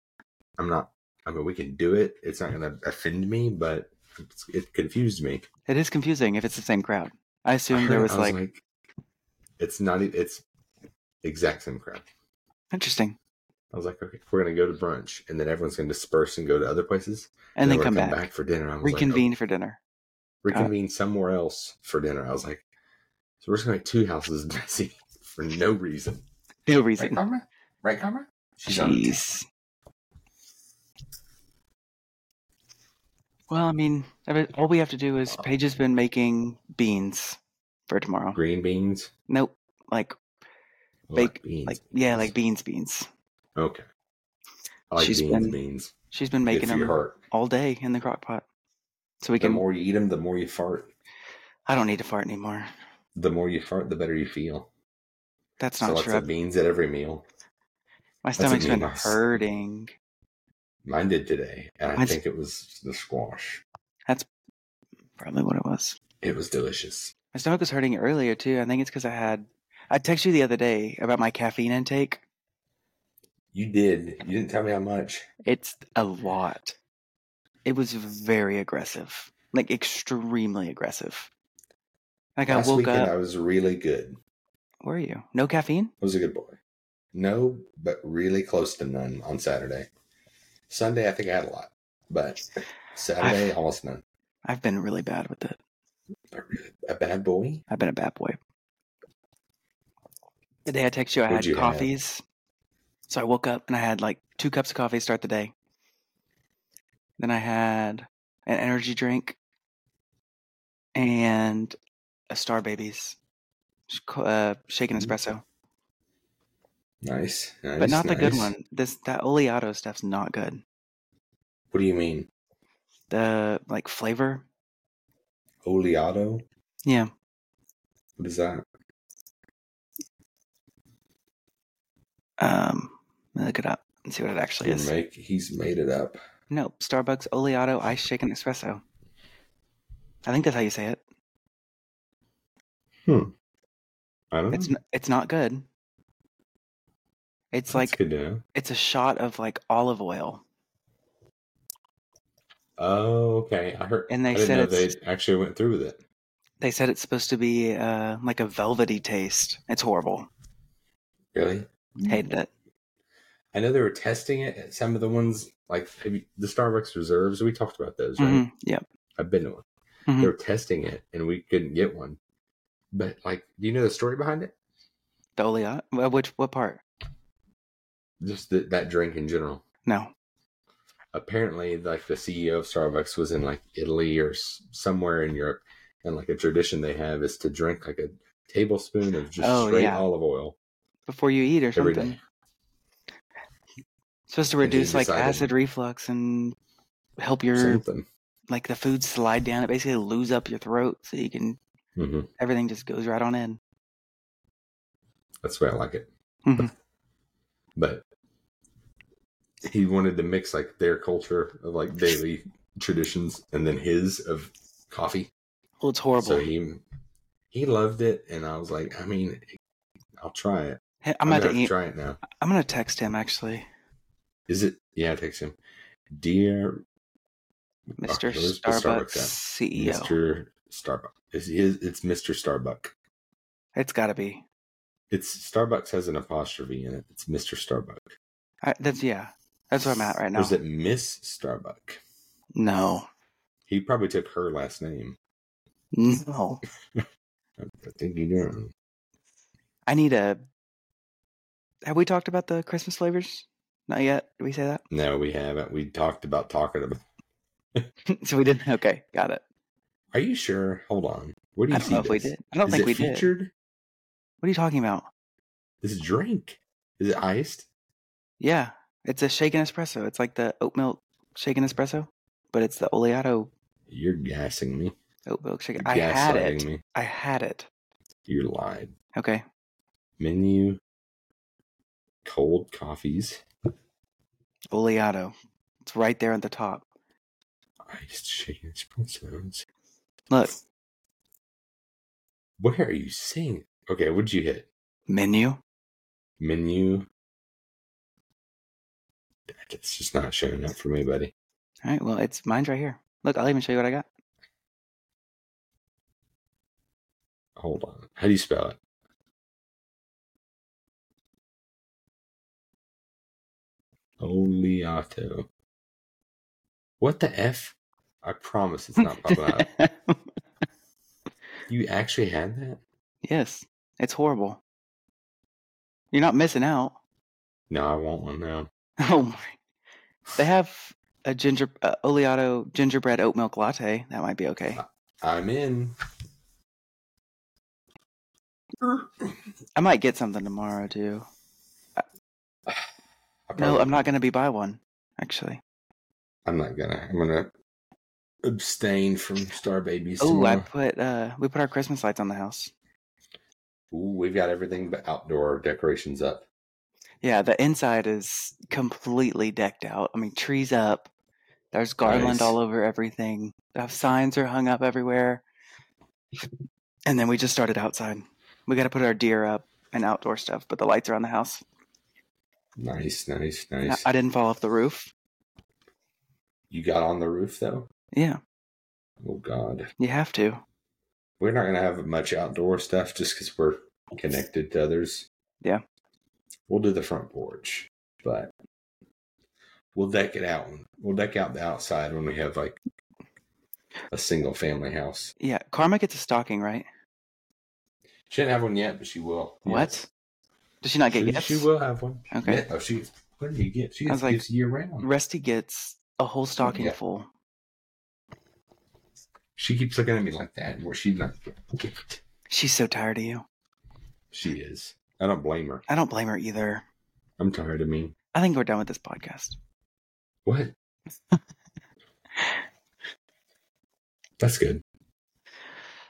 [SPEAKER 1] I'm not. I mean, we can do it. It's not going to offend me, but it's, it confused me.
[SPEAKER 2] It is confusing if it's the same crowd. I
[SPEAKER 1] I
[SPEAKER 2] assume
[SPEAKER 1] heard it,
[SPEAKER 2] there was,
[SPEAKER 1] I
[SPEAKER 2] like,
[SPEAKER 1] it's not. e- It's exact same crowd.
[SPEAKER 2] interesting,
[SPEAKER 1] I was like, okay, we're going to go to brunch, and then everyone's going to disperse and go to other places,
[SPEAKER 2] and then
[SPEAKER 1] we're
[SPEAKER 2] come
[SPEAKER 1] gonna
[SPEAKER 2] back,
[SPEAKER 1] for dinner. I was
[SPEAKER 2] reconvene
[SPEAKER 1] Like,
[SPEAKER 2] for dinner.
[SPEAKER 1] oh, reconvene somewhere else for dinner. I was like, so we're just going to make two houses messy for no reason.
[SPEAKER 2] No reason.
[SPEAKER 1] Karma? Right, Karma?
[SPEAKER 2] Jeez. Well, I mean, every- all we have to do is
[SPEAKER 1] Oh.
[SPEAKER 2] Paige has been making beans for tomorrow.
[SPEAKER 1] Green beans.
[SPEAKER 2] Nope, like Baked,
[SPEAKER 1] beans.
[SPEAKER 2] like yeah, like beans, beans.
[SPEAKER 1] Okay. I like
[SPEAKER 2] She's
[SPEAKER 1] beans,
[SPEAKER 2] been
[SPEAKER 1] beans.
[SPEAKER 2] She's been
[SPEAKER 1] Good
[SPEAKER 2] making
[SPEAKER 1] for your
[SPEAKER 2] them
[SPEAKER 1] heart.
[SPEAKER 2] all day in the crock pot, so we
[SPEAKER 1] The
[SPEAKER 2] can.
[SPEAKER 1] more you eat them, the more you fart.
[SPEAKER 2] I don't need to fart anymore.
[SPEAKER 1] The more you fart, the better you feel.
[SPEAKER 2] That's
[SPEAKER 1] So
[SPEAKER 2] not
[SPEAKER 1] lots
[SPEAKER 2] true. I-
[SPEAKER 1] of beans at every meal.
[SPEAKER 2] My
[SPEAKER 1] a
[SPEAKER 2] stomach's been
[SPEAKER 1] meanness.
[SPEAKER 2] hurting.
[SPEAKER 1] Mine did today, and I
[SPEAKER 2] Mine's-
[SPEAKER 1] think it was the squash.
[SPEAKER 2] Probably what it was.
[SPEAKER 1] It was delicious.
[SPEAKER 2] My stomach was hurting earlier too. I think it's because I had. I texted you the other day about my caffeine intake.
[SPEAKER 1] You did. You didn't tell me how much.
[SPEAKER 2] It's a lot. It was very aggressive, like extremely aggressive. Like I
[SPEAKER 1] Last
[SPEAKER 2] woke
[SPEAKER 1] weekend,
[SPEAKER 2] up.
[SPEAKER 1] I was really good.
[SPEAKER 2] Where are you? No caffeine.
[SPEAKER 1] I was a good boy. No, but really close to none on Saturday. Sunday, I think I had a lot, but Saturday, almost none.
[SPEAKER 2] I've been really bad with it.
[SPEAKER 1] But really, a bad boy.
[SPEAKER 2] I've been a bad boy. The day I text you, I
[SPEAKER 1] What'd
[SPEAKER 2] had
[SPEAKER 1] you have?
[SPEAKER 2] coffees. So I woke up and I had like two cups of coffee to start the day. Then I had an energy drink and a Star Babies sh- co- uh, shaken
[SPEAKER 1] Mm.
[SPEAKER 2] espresso,
[SPEAKER 1] Nice, nice,
[SPEAKER 2] but not the good
[SPEAKER 1] nice.
[SPEAKER 2] one. This that oleato stuff's not good.
[SPEAKER 1] What do you mean,
[SPEAKER 2] The like flavor,
[SPEAKER 1] oleato?
[SPEAKER 2] yeah,
[SPEAKER 1] What is that?
[SPEAKER 2] um, let me look it up and see what it actually
[SPEAKER 1] He's
[SPEAKER 2] is.
[SPEAKER 1] Make, he's made it up.
[SPEAKER 2] Nope, Starbucks Oleato Ice Shaken Espresso. I think that's how you say it.
[SPEAKER 1] I don't
[SPEAKER 2] It's
[SPEAKER 1] know.
[SPEAKER 2] n- it's not good. It's
[SPEAKER 1] That's
[SPEAKER 2] like
[SPEAKER 1] good to know.
[SPEAKER 2] it's a shot of like olive oil.
[SPEAKER 1] Oh, okay. I heard,
[SPEAKER 2] And they
[SPEAKER 1] I didn't
[SPEAKER 2] said
[SPEAKER 1] know
[SPEAKER 2] it's-
[SPEAKER 1] they actually went through with it.
[SPEAKER 2] They said it's supposed to be uh, like a velvety taste. It's horrible.
[SPEAKER 1] Really?
[SPEAKER 2] Hated it.
[SPEAKER 1] I know they were testing it at some of the ones like have you- the Starbucks reserves. We talked about those, right?
[SPEAKER 2] Mhm, Yep.
[SPEAKER 1] I've been to one.
[SPEAKER 2] Mhm.
[SPEAKER 1] They were testing it, and we couldn't get one. But like, do you know the story behind it?
[SPEAKER 2] The oleato. Well, Which what part?
[SPEAKER 1] Just the, that drink in general.
[SPEAKER 2] No.
[SPEAKER 1] apparently like the CEO of Starbucks was in like Italy or s- somewhere in Europe, and like a tradition they have is to drink like a tablespoon of just
[SPEAKER 2] Oh,
[SPEAKER 1] straight
[SPEAKER 2] yeah.
[SPEAKER 1] olive oil
[SPEAKER 2] Before you eat or
[SPEAKER 1] every
[SPEAKER 2] something.
[SPEAKER 1] day.
[SPEAKER 2] It's supposed to
[SPEAKER 1] And he
[SPEAKER 2] reduce like
[SPEAKER 1] decided-
[SPEAKER 2] acid reflux and help your
[SPEAKER 1] Something.
[SPEAKER 2] like the food slide down. It basically lose up your throat so you can
[SPEAKER 1] hmm
[SPEAKER 2] everything just goes right on in.
[SPEAKER 1] That's the way I like it.
[SPEAKER 2] Mhm.
[SPEAKER 1] But he wanted to mix like their culture of like daily traditions and then his of coffee.
[SPEAKER 2] Well, it's horrible.
[SPEAKER 1] So he he loved it, and I was like, I mean, I'll try it.
[SPEAKER 2] Hey, I'm about
[SPEAKER 1] gonna
[SPEAKER 2] to
[SPEAKER 1] have
[SPEAKER 2] eat.
[SPEAKER 1] try it now.
[SPEAKER 2] I'm gonna text him actually.
[SPEAKER 1] Is it? Yeah, it takes him. Dear
[SPEAKER 2] Mr.
[SPEAKER 1] Okay, let's put
[SPEAKER 2] Starbucks E
[SPEAKER 1] Starbucks
[SPEAKER 2] CEO.
[SPEAKER 1] Mr. Starbucks. It's, it's Mr. Starbuck.
[SPEAKER 2] It's got to be.
[SPEAKER 1] It's Starbucks has an apostrophe in it. It's Mr. Starbuck.
[SPEAKER 2] I, that's yeah. That's where I'm at right
[SPEAKER 1] Or
[SPEAKER 2] now.
[SPEAKER 1] is it Miss Starbuck?
[SPEAKER 2] no,
[SPEAKER 1] He probably took her last name.
[SPEAKER 2] no.
[SPEAKER 1] I I think you do.
[SPEAKER 2] I need a. Have we talked about the Christmas flavors? Not yet. Did we say that?
[SPEAKER 1] No, we haven't. We talked about talking about.
[SPEAKER 2] so we didn't. Okay, got it.
[SPEAKER 1] Are you sure? Hold on. Where do you
[SPEAKER 2] I don't
[SPEAKER 1] see
[SPEAKER 2] know if we
[SPEAKER 1] this?
[SPEAKER 2] did. I don't
[SPEAKER 1] Is
[SPEAKER 2] think
[SPEAKER 1] it
[SPEAKER 2] we did.
[SPEAKER 1] featured?
[SPEAKER 2] What are you talking about?
[SPEAKER 1] This is drink. Is it iced?
[SPEAKER 2] Yeah, it's a shaken espresso. It's like the oat milk shaken espresso, but it's the oleato
[SPEAKER 1] You're gassing me.
[SPEAKER 2] oat milk shaken.
[SPEAKER 1] You're
[SPEAKER 2] I had
[SPEAKER 1] gaslighting
[SPEAKER 2] it.
[SPEAKER 1] me.
[SPEAKER 2] I had it.
[SPEAKER 1] You lied.
[SPEAKER 2] Okay.
[SPEAKER 1] Menu. Cold coffees.
[SPEAKER 2] Oleato. It's right there at the top.
[SPEAKER 1] Iced shaken espressos.
[SPEAKER 2] Look,
[SPEAKER 1] Where are you seeing? it? Okay, what'd you hit?
[SPEAKER 2] menu.
[SPEAKER 1] Menu. That's just not showing up for me, buddy.
[SPEAKER 2] All right, well, it's mine's right here. Look, I'll even show you what I got.
[SPEAKER 1] Hold on. How do you spell it? Oleato. What the F? I promise it's not popping up. You actually had that?
[SPEAKER 2] yes, it's horrible. You're not missing out.
[SPEAKER 1] No, I want one now.
[SPEAKER 2] Oh my! They have a ginger uh, oleato gingerbread oat milk latte. That might be okay.
[SPEAKER 1] I'm in.
[SPEAKER 2] I might get something tomorrow too.
[SPEAKER 1] I
[SPEAKER 2] No,
[SPEAKER 1] probably-
[SPEAKER 2] I'm not going to be buy one. Actually.
[SPEAKER 1] I'm not gonna. I'm gonna abstain from Star Babies.
[SPEAKER 2] Oh, I
[SPEAKER 1] tomorrow.
[SPEAKER 2] put uh we put our Christmas lights on the house.
[SPEAKER 1] Ooh, we've got everything but outdoor decorations up.
[SPEAKER 2] Yeah, the inside is completely decked out. I mean, trees up. There's garland
[SPEAKER 1] Nice.
[SPEAKER 2] all over everything. Uh, signs are hung up everywhere. And then we just started outside. We got to put our deer up and outdoor stuff, but the lights are on the house.
[SPEAKER 1] Nice, nice,
[SPEAKER 2] I-
[SPEAKER 1] nice.
[SPEAKER 2] I didn't fall off the roof.
[SPEAKER 1] you got on the roof though.
[SPEAKER 2] Yeah,
[SPEAKER 1] Oh God,
[SPEAKER 2] you have to.
[SPEAKER 1] we're not gonna have much outdoor stuff just because we're connected to others.
[SPEAKER 2] Yeah.
[SPEAKER 1] we'll do the front porch, but we'll deck it out. We'll deck out the outside when we have like a single family house.
[SPEAKER 2] Yeah, Karma gets a stocking, right?
[SPEAKER 1] She didn't have one yet, but she will.
[SPEAKER 2] What? Does she not get
[SPEAKER 1] she,
[SPEAKER 2] gifts?
[SPEAKER 1] she will have one.
[SPEAKER 2] Okay.
[SPEAKER 1] Yeah, oh, she. What did you get? She
[SPEAKER 2] I was
[SPEAKER 1] gets
[SPEAKER 2] like-
[SPEAKER 1] gifts year round.
[SPEAKER 2] Rusty gets a whole stocking
[SPEAKER 1] Yeah.
[SPEAKER 2] full.
[SPEAKER 1] She keeps looking at me like that, where she's not. Gift.
[SPEAKER 2] She's so tired of you.
[SPEAKER 1] She is. I don't blame her.
[SPEAKER 2] I don't blame her either.
[SPEAKER 1] I'm tired of me.
[SPEAKER 2] I think we're done with this podcast.
[SPEAKER 1] What? That's good.
[SPEAKER 2] I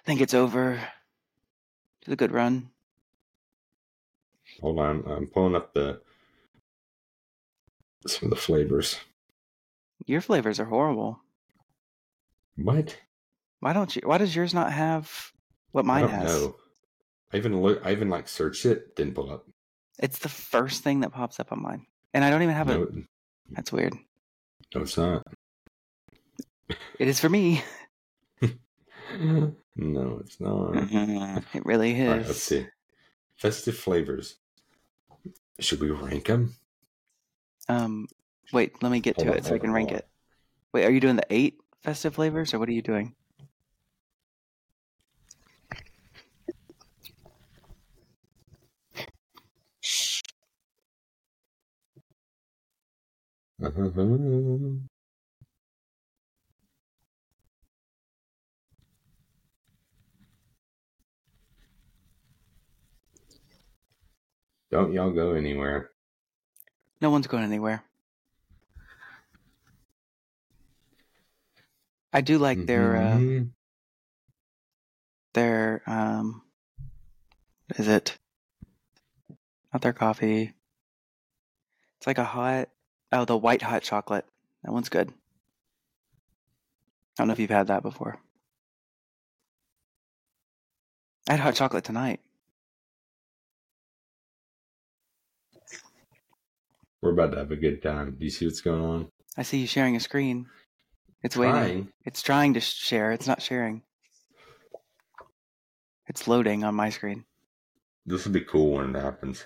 [SPEAKER 2] think it's over. It was a good run.
[SPEAKER 1] Hold on, I'm pulling up the some of the flavors.
[SPEAKER 2] Your flavors are horrible.
[SPEAKER 1] What?
[SPEAKER 2] Why don't you? Why does yours not have what mine
[SPEAKER 1] I don't
[SPEAKER 2] has?
[SPEAKER 1] know. I even look. I even like searched it. Didn't pull up.
[SPEAKER 2] It's the first thing that pops up on mine, and I don't even have
[SPEAKER 1] no,
[SPEAKER 2] a. That's weird.
[SPEAKER 1] no, it's not.
[SPEAKER 2] It is for me.
[SPEAKER 1] No, it's not.
[SPEAKER 2] it really
[SPEAKER 1] All
[SPEAKER 2] is.
[SPEAKER 1] right, let's see. Festive flavors. Should we rank them?
[SPEAKER 2] Um, wait. Let me get to
[SPEAKER 1] Hold on,
[SPEAKER 2] it so I
[SPEAKER 1] hold
[SPEAKER 2] can
[SPEAKER 1] on,
[SPEAKER 2] rank
[SPEAKER 1] hold
[SPEAKER 2] it. Wait, are you doing the eight festive flavors, or what are you doing?
[SPEAKER 1] Uh-huh. Don't y'all go anywhere.
[SPEAKER 2] No one's going anywhere. I do like their uh,
[SPEAKER 1] Mhm.
[SPEAKER 2] their um what is it not their coffee it's like a hot oh the white hot chocolate that one's good i don't know if you've had that before i had hot chocolate tonight
[SPEAKER 1] We're about to have a good time. Do you see what's going on?
[SPEAKER 2] i see you sharing a screen It's waiting.
[SPEAKER 1] Trying.
[SPEAKER 2] It's trying to share. It's not sharing. It's loading on my screen.
[SPEAKER 1] This would be cool when it happens.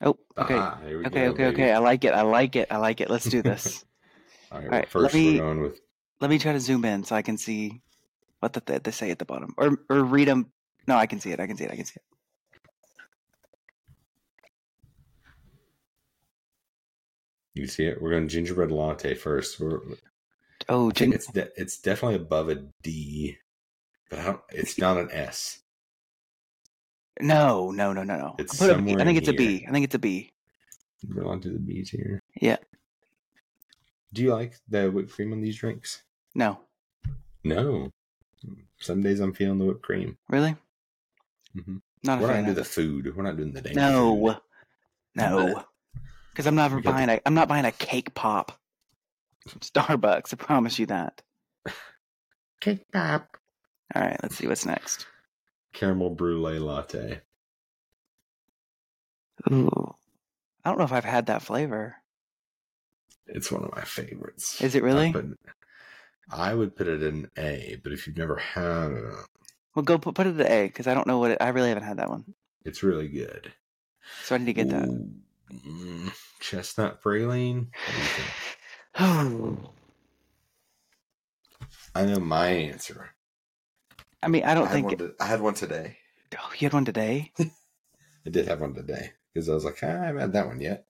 [SPEAKER 2] Oh, okay.
[SPEAKER 1] Ah, here we
[SPEAKER 2] okay,
[SPEAKER 1] go,
[SPEAKER 2] okay,
[SPEAKER 1] baby.
[SPEAKER 2] okay. I like it. I like it. I like it. Let's do this.
[SPEAKER 1] All right,
[SPEAKER 2] All right,
[SPEAKER 1] first
[SPEAKER 2] let me-
[SPEAKER 1] we're going with
[SPEAKER 2] Let me try to zoom in so I can see what the, they say at the bottom, or or read them. No, I can see it. I can see it. I can see it.
[SPEAKER 1] you see it. We're going gingerbread latte first. We're,
[SPEAKER 2] Oh,
[SPEAKER 1] I think
[SPEAKER 2] gin-
[SPEAKER 1] it's de- it's definitely above a D, but I don't, it's not an S.
[SPEAKER 2] no, no, no, no, no.
[SPEAKER 1] It's
[SPEAKER 2] I'll put a B. I
[SPEAKER 1] somewhere
[SPEAKER 2] think
[SPEAKER 1] in
[SPEAKER 2] it's a B.
[SPEAKER 1] here.
[SPEAKER 2] I think it's a B.
[SPEAKER 1] We're on to the B's here.
[SPEAKER 2] Yeah.
[SPEAKER 1] Do you like the whipped cream on these drinks?
[SPEAKER 2] No,
[SPEAKER 1] No. Some days I'm feeling the whipped cream.
[SPEAKER 2] really,
[SPEAKER 1] Mhm.
[SPEAKER 2] not a
[SPEAKER 1] We're not
[SPEAKER 2] fan.
[SPEAKER 1] into
[SPEAKER 2] of
[SPEAKER 1] the
[SPEAKER 2] it.
[SPEAKER 1] food. We're not doing the damn food.
[SPEAKER 2] No, no, because I'm not
[SPEAKER 1] We
[SPEAKER 2] ever
[SPEAKER 1] got the-
[SPEAKER 2] buying a. I'm not buying a cake pop from Starbucks. I promise you that.
[SPEAKER 1] Cake pop.
[SPEAKER 2] All right, let's see what's next.
[SPEAKER 1] Caramel brulee latte.
[SPEAKER 2] Ooh, I don't know if I've had that flavor.
[SPEAKER 1] It's one of my favorites.
[SPEAKER 2] Is it really?
[SPEAKER 1] But I would put it in A, but if you've never had it,
[SPEAKER 2] Well, go put, put it at A because I don't know what it, I really haven't had that one,
[SPEAKER 1] it's really good.
[SPEAKER 2] so I need to get that.
[SPEAKER 1] Ooh, mm, chestnut praline. What do you think? I know my answer.
[SPEAKER 2] I mean, I don't
[SPEAKER 1] had
[SPEAKER 2] think
[SPEAKER 1] one to- I had one today.
[SPEAKER 2] oh, you had one today.
[SPEAKER 1] I did have one today because I was like, "Ah, I haven't had that one yet.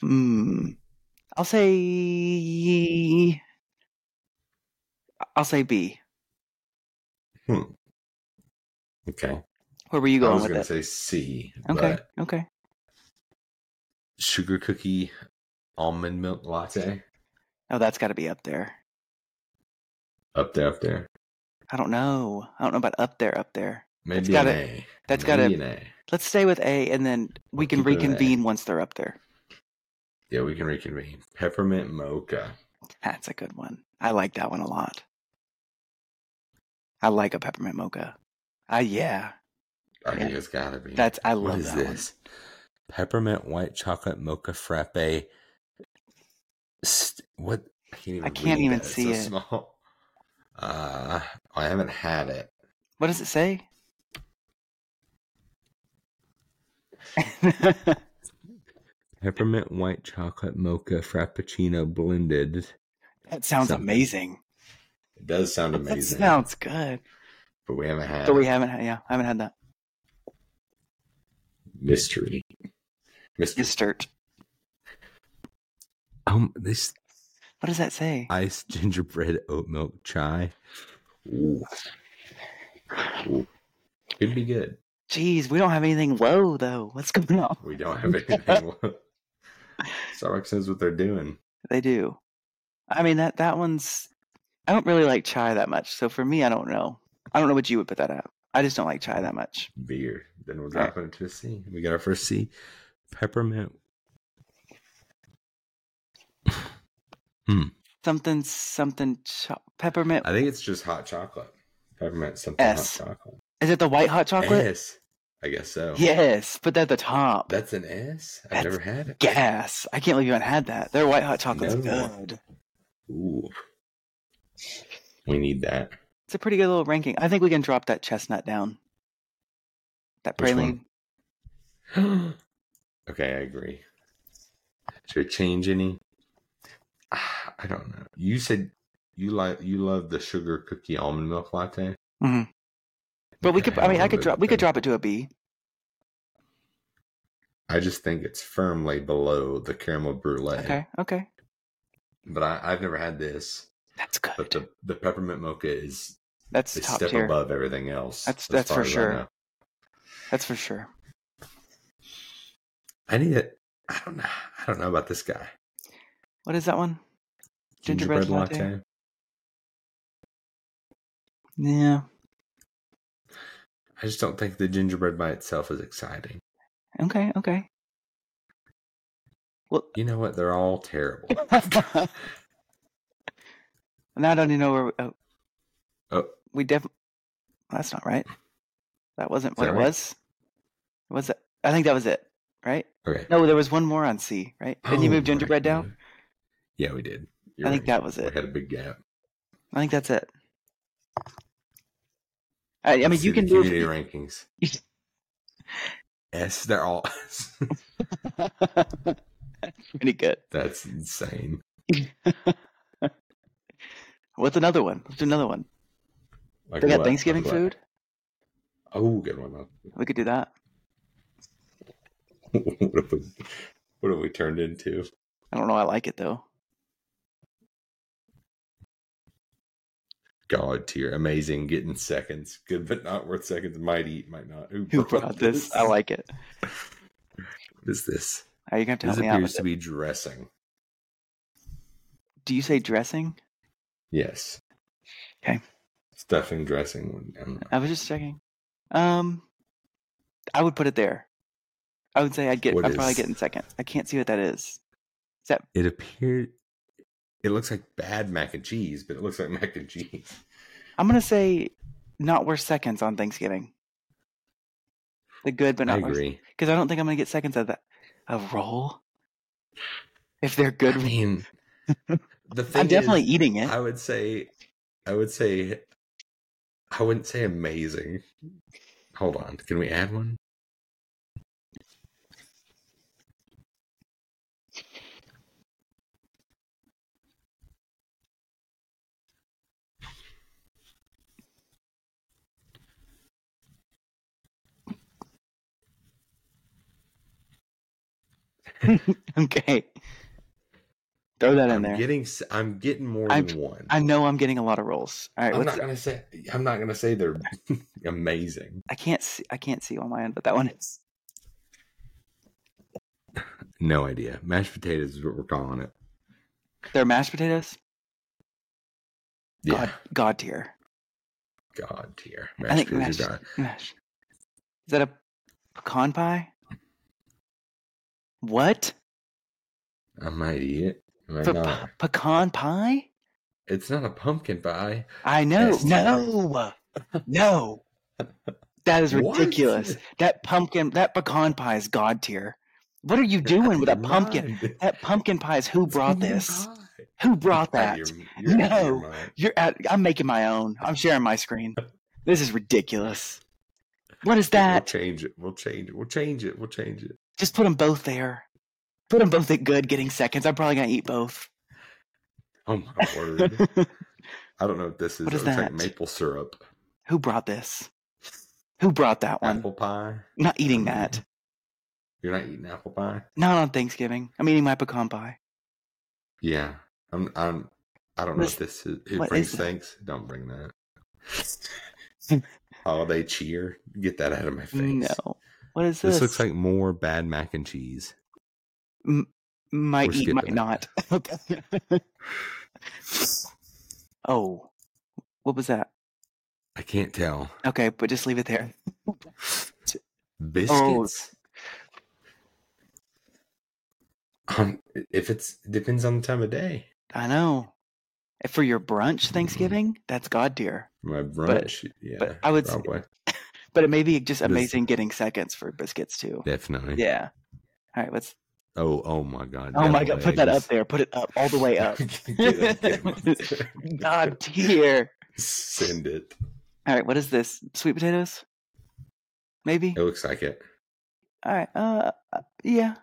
[SPEAKER 2] Hmm. I'll say. I'll say B.
[SPEAKER 1] Okay.
[SPEAKER 2] Where were you
[SPEAKER 1] I
[SPEAKER 2] going
[SPEAKER 1] was
[SPEAKER 2] with
[SPEAKER 1] going to say
[SPEAKER 2] it?
[SPEAKER 1] C.
[SPEAKER 2] okay.
[SPEAKER 1] But
[SPEAKER 2] Okay.
[SPEAKER 1] sugar cookie almond milk latte
[SPEAKER 2] Oh, that's got to be up there.
[SPEAKER 1] up there, up there.
[SPEAKER 2] I don't know. I don't know about up there. Up there.
[SPEAKER 1] Maybe
[SPEAKER 2] got
[SPEAKER 1] an
[SPEAKER 2] a-
[SPEAKER 1] A.
[SPEAKER 2] that's got
[SPEAKER 1] Maybe
[SPEAKER 2] a-
[SPEAKER 1] an A.
[SPEAKER 2] Let's stay with A, and then
[SPEAKER 1] We'll
[SPEAKER 2] we can
[SPEAKER 1] keep it at A.
[SPEAKER 2] reconvene once they're up there.
[SPEAKER 1] Yeah, we can reconvene. Peppermint mocha.
[SPEAKER 2] That's a good one. I like that one a lot. I like a peppermint mocha. Ah, yeah,
[SPEAKER 1] I think
[SPEAKER 2] Yeah.
[SPEAKER 1] it's gotta be.
[SPEAKER 2] that's I love
[SPEAKER 1] what is
[SPEAKER 2] that one.
[SPEAKER 1] this? Peppermint white chocolate mocha frappe. St- what? I can't even.
[SPEAKER 2] I can't
[SPEAKER 1] read
[SPEAKER 2] even
[SPEAKER 1] that. It's
[SPEAKER 2] see
[SPEAKER 1] so
[SPEAKER 2] it.
[SPEAKER 1] Small. Uh, I haven't had it.
[SPEAKER 2] What does it say?
[SPEAKER 1] Peppermint white chocolate mocha frappuccino blended.
[SPEAKER 2] that sounds
[SPEAKER 1] Something
[SPEAKER 2] amazing.
[SPEAKER 1] It does sound
[SPEAKER 2] That
[SPEAKER 1] amazing,
[SPEAKER 2] sounds good.
[SPEAKER 1] but we haven't had
[SPEAKER 2] So we
[SPEAKER 1] it.
[SPEAKER 2] haven't, had, yeah, I haven't had that.
[SPEAKER 1] mystery. Mystery.
[SPEAKER 2] Gistert.
[SPEAKER 1] Um, this
[SPEAKER 2] What does that say?
[SPEAKER 1] iced gingerbread oat milk chai. Ooh. Ooh. It'd be good.
[SPEAKER 2] Jeez, we don't have anything low though. What's going on?
[SPEAKER 1] We don't have anything. Starbucks knows what they're doing.
[SPEAKER 2] They do. I mean that that one's. I don't really like chai that much, so for me, I don't know. I don't know what you would put that at. I just don't like chai that much.
[SPEAKER 1] Beer. Then we'll
[SPEAKER 2] All right.
[SPEAKER 1] drop it to a C. We got our first C. Peppermint.
[SPEAKER 2] Something something cho- peppermint.
[SPEAKER 1] I think it's just hot chocolate. Peppermint something
[SPEAKER 2] S.
[SPEAKER 1] hot chocolate.
[SPEAKER 2] Is it the white hot chocolate?
[SPEAKER 1] S. I guess so.
[SPEAKER 2] Yes, put that at the top.
[SPEAKER 1] That's an S? I've
[SPEAKER 2] That's
[SPEAKER 1] never had it.
[SPEAKER 2] gas. I can't believe you haven't had that. Their white hot chocolate's
[SPEAKER 1] No.
[SPEAKER 2] good.
[SPEAKER 1] Ooh. We need that.
[SPEAKER 2] It's a pretty good little ranking. I think we can drop that chestnut down. That
[SPEAKER 1] Which one?
[SPEAKER 2] praline.
[SPEAKER 1] okay, I agree. Should I change any? Ah, I don't know. You said you like you love the sugar cookie almond milk latte,
[SPEAKER 2] hmm But we
[SPEAKER 1] Okay,
[SPEAKER 2] could. I mean, I
[SPEAKER 1] we'll
[SPEAKER 2] could
[SPEAKER 1] move
[SPEAKER 2] drop.
[SPEAKER 1] it
[SPEAKER 2] We could
[SPEAKER 1] then.
[SPEAKER 2] drop it to a B.
[SPEAKER 1] I just think it's firmly below the caramel brulee.
[SPEAKER 2] Okay. Okay.
[SPEAKER 1] But I, I've never had this.
[SPEAKER 2] That's
[SPEAKER 1] But
[SPEAKER 2] good.
[SPEAKER 1] the, the peppermint mocha is
[SPEAKER 2] That's
[SPEAKER 1] a
[SPEAKER 2] top
[SPEAKER 1] step
[SPEAKER 2] tier.
[SPEAKER 1] above everything else.
[SPEAKER 2] That's-
[SPEAKER 1] as
[SPEAKER 2] that's for
[SPEAKER 1] far as I
[SPEAKER 2] sure.
[SPEAKER 1] know.
[SPEAKER 2] That's for sure.
[SPEAKER 1] I, need it. I don't know. I don't know about this guy.
[SPEAKER 2] What is that one? Gingerbread latte? Yeah.
[SPEAKER 1] I just don't think the gingerbread by itself is exciting.
[SPEAKER 2] Okay. Okay. Well,
[SPEAKER 1] You know what? They're all terrible.
[SPEAKER 2] now I don't even know where. We, oh,
[SPEAKER 1] Oh.
[SPEAKER 2] we definitely. That's not right. That wasn't
[SPEAKER 1] Is
[SPEAKER 2] what
[SPEAKER 1] that
[SPEAKER 2] it
[SPEAKER 1] right?
[SPEAKER 2] was. Was it? I think that was it. right?
[SPEAKER 1] Okay.
[SPEAKER 2] No, there was one more on C, right? Didn't you
[SPEAKER 1] Oh,
[SPEAKER 2] move gingerbread
[SPEAKER 1] right.
[SPEAKER 2] down?
[SPEAKER 1] Yeah, we did.
[SPEAKER 2] I think that was
[SPEAKER 1] we
[SPEAKER 2] it.
[SPEAKER 1] had a big gap.
[SPEAKER 2] I think that's it. I, I mean,
[SPEAKER 1] Let's
[SPEAKER 2] you
[SPEAKER 1] see
[SPEAKER 2] can
[SPEAKER 1] the
[SPEAKER 2] move.
[SPEAKER 1] community rankings. S, they're all S.
[SPEAKER 2] Pretty good.
[SPEAKER 1] That's insane.
[SPEAKER 2] What's another one? What's another one?
[SPEAKER 1] Like
[SPEAKER 2] They got
[SPEAKER 1] what?
[SPEAKER 2] Thanksgiving
[SPEAKER 1] Like what?
[SPEAKER 2] food.
[SPEAKER 1] Oh, good one.
[SPEAKER 2] We could do that.
[SPEAKER 1] what have we? What have we turned into?
[SPEAKER 2] I don't know. I like it though.
[SPEAKER 1] God tier, amazing, getting seconds, good but not worth seconds. Might eat, might not.
[SPEAKER 2] Who brought this? I like it.
[SPEAKER 1] What is this?
[SPEAKER 2] Are you gonna have to
[SPEAKER 1] This
[SPEAKER 2] help me out?
[SPEAKER 1] appears
[SPEAKER 2] With
[SPEAKER 1] to
[SPEAKER 2] it.
[SPEAKER 1] be dressing.
[SPEAKER 2] Do you say dressing?
[SPEAKER 1] Yes.
[SPEAKER 2] Okay.
[SPEAKER 1] Stuffing, dressing. I don't know.
[SPEAKER 2] I was just checking. Um, I would put it there. I would say I'd get.
[SPEAKER 1] What
[SPEAKER 2] I'd probably
[SPEAKER 1] is-
[SPEAKER 2] get in second. I can't see what that is. Is that
[SPEAKER 1] It appeared. It looks like bad mac and cheese, but it looks like mac and cheese.
[SPEAKER 2] I'm gonna say not worth seconds on Thanksgiving. The good, but
[SPEAKER 1] I
[SPEAKER 2] not worth.
[SPEAKER 1] agree.
[SPEAKER 2] Because I don't think I'm gonna get seconds of that. A roll. If they're good,
[SPEAKER 1] I mean, the thing
[SPEAKER 2] I'm definitely
[SPEAKER 1] is,
[SPEAKER 2] eating it.
[SPEAKER 1] I would say, I would say, I wouldn't say amazing. Hold on, can we add one?
[SPEAKER 2] okay. Throw that in
[SPEAKER 1] I'm
[SPEAKER 2] there.
[SPEAKER 1] getting, s- I'm getting more
[SPEAKER 2] I'm-
[SPEAKER 1] than one.
[SPEAKER 2] I know I'm getting a lot of rolls. All right,
[SPEAKER 1] I'm
[SPEAKER 2] what's
[SPEAKER 1] not gonna say, I'm not gonna say they're amazing.
[SPEAKER 2] I can't see. I can't see on my end, but that one is.
[SPEAKER 1] No idea. Mashed potatoes is what we're calling it.
[SPEAKER 2] They're mashed potatoes.
[SPEAKER 1] Yeah,
[SPEAKER 2] God, God tier.
[SPEAKER 1] God, tier.
[SPEAKER 2] I
[SPEAKER 1] Mashed
[SPEAKER 2] think
[SPEAKER 1] potatoes.
[SPEAKER 2] mashed,
[SPEAKER 1] are God.
[SPEAKER 2] mashed. Is that a pecan pie? What?
[SPEAKER 1] I might eat it. I might
[SPEAKER 2] For
[SPEAKER 1] not.
[SPEAKER 2] pe- pecan pie?
[SPEAKER 1] It's not a pumpkin pie.
[SPEAKER 2] I know.
[SPEAKER 1] Yes.
[SPEAKER 2] No. No. That is
[SPEAKER 1] What?
[SPEAKER 2] ridiculous. That pumpkin, that pecan pie is god tier. What are you doing with a pumpkin? That pumpkin pie is who brought this? Who brought that? No. You're at, I'm making my own. I'm sharing my screen. This is ridiculous. What is that?
[SPEAKER 1] We'll change it. We'll change it. We'll change it. We'll change it.
[SPEAKER 2] Just put them both there. Put them both at good getting seconds. I'm probably going to eat both.
[SPEAKER 1] Oh my word!
[SPEAKER 2] Mm-hmm.
[SPEAKER 1] I don't know what this is.
[SPEAKER 2] What
[SPEAKER 1] it
[SPEAKER 2] is
[SPEAKER 1] looks like
[SPEAKER 2] that?
[SPEAKER 1] maple syrup,
[SPEAKER 2] who brought this? Who brought that one?
[SPEAKER 1] apple pie.
[SPEAKER 2] Not eating that.
[SPEAKER 1] You're not eating apple pie.
[SPEAKER 2] Not on Thanksgiving. I'm eating my pecan pie.
[SPEAKER 1] Yeah, I'm. I'm. I don't know
[SPEAKER 2] This-
[SPEAKER 1] what this is. It
[SPEAKER 2] what
[SPEAKER 1] brings
[SPEAKER 2] is that?
[SPEAKER 1] thanks. Don't bring that. Holiday cheer. Get that out of my face.
[SPEAKER 2] No. What is this?
[SPEAKER 1] This looks like more bad mac and cheese.
[SPEAKER 2] might
[SPEAKER 1] we're
[SPEAKER 2] eat, might
[SPEAKER 1] skipping it.
[SPEAKER 2] not. oh, what was that?
[SPEAKER 1] I can't tell.
[SPEAKER 2] Okay, but just leave it there.
[SPEAKER 1] Oh, Biscuits. Um, if it's depends on the time of day.
[SPEAKER 2] I know. For your brunch Thanksgiving, that's god tier.
[SPEAKER 1] My brunch, yeah.
[SPEAKER 2] but I would say-
[SPEAKER 1] probably.
[SPEAKER 2] But it may be just
[SPEAKER 1] This-
[SPEAKER 2] amazing getting seconds for biscuits too.
[SPEAKER 1] definitely.
[SPEAKER 2] Yeah. All right, let's.
[SPEAKER 1] Oh, oh my god.
[SPEAKER 2] Oh my
[SPEAKER 1] deviled
[SPEAKER 2] god, put that up
[SPEAKER 1] eggs.
[SPEAKER 2] there. Put it up all the way up.
[SPEAKER 1] Get that down.
[SPEAKER 2] God tier.
[SPEAKER 1] Send it.
[SPEAKER 2] All right, what is this? Sweet potatoes? Maybe.
[SPEAKER 1] It looks like it.
[SPEAKER 2] All right. Uh, uh, yeah.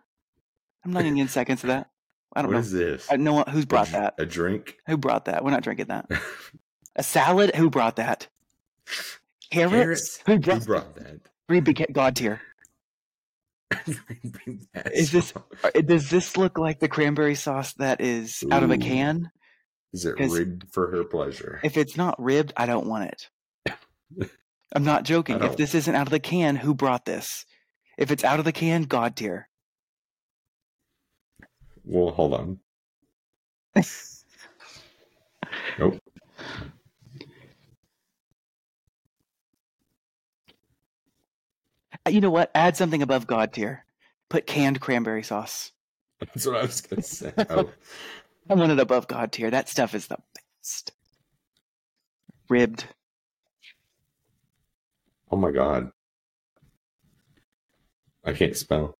[SPEAKER 2] I'm not even in seconds of that. I don't
[SPEAKER 1] What
[SPEAKER 2] know.
[SPEAKER 1] is this?
[SPEAKER 2] I know who's brought
[SPEAKER 1] a, dr-
[SPEAKER 2] that.
[SPEAKER 1] A drink.
[SPEAKER 2] Who brought that? We're not drinking that. A salad? Who brought that? Carrots?
[SPEAKER 1] Carrots?
[SPEAKER 2] Who
[SPEAKER 1] Who
[SPEAKER 2] brought?
[SPEAKER 1] brought that?
[SPEAKER 2] Three big god tier. Is this- Uh, Does this look like the cranberry sauce that is out of a
[SPEAKER 1] Ooh.
[SPEAKER 2] can?
[SPEAKER 1] Is it
[SPEAKER 2] 'cause
[SPEAKER 1] ribbed for her pleasure?
[SPEAKER 2] If it's not ribbed, I don't want it. I'm not joking. If
[SPEAKER 1] don't-
[SPEAKER 2] this isn't out of the can, who brought this? If it's out of the can, god tier.
[SPEAKER 1] Well, hold on. nope.
[SPEAKER 2] Uh, You know what? Add something above god tier. Put canned cranberry sauce.
[SPEAKER 1] That's what I was gonna say. Oh,
[SPEAKER 2] I want it above God tier. That stuff is the best. Ribbed.
[SPEAKER 1] oh my god. I can't spell.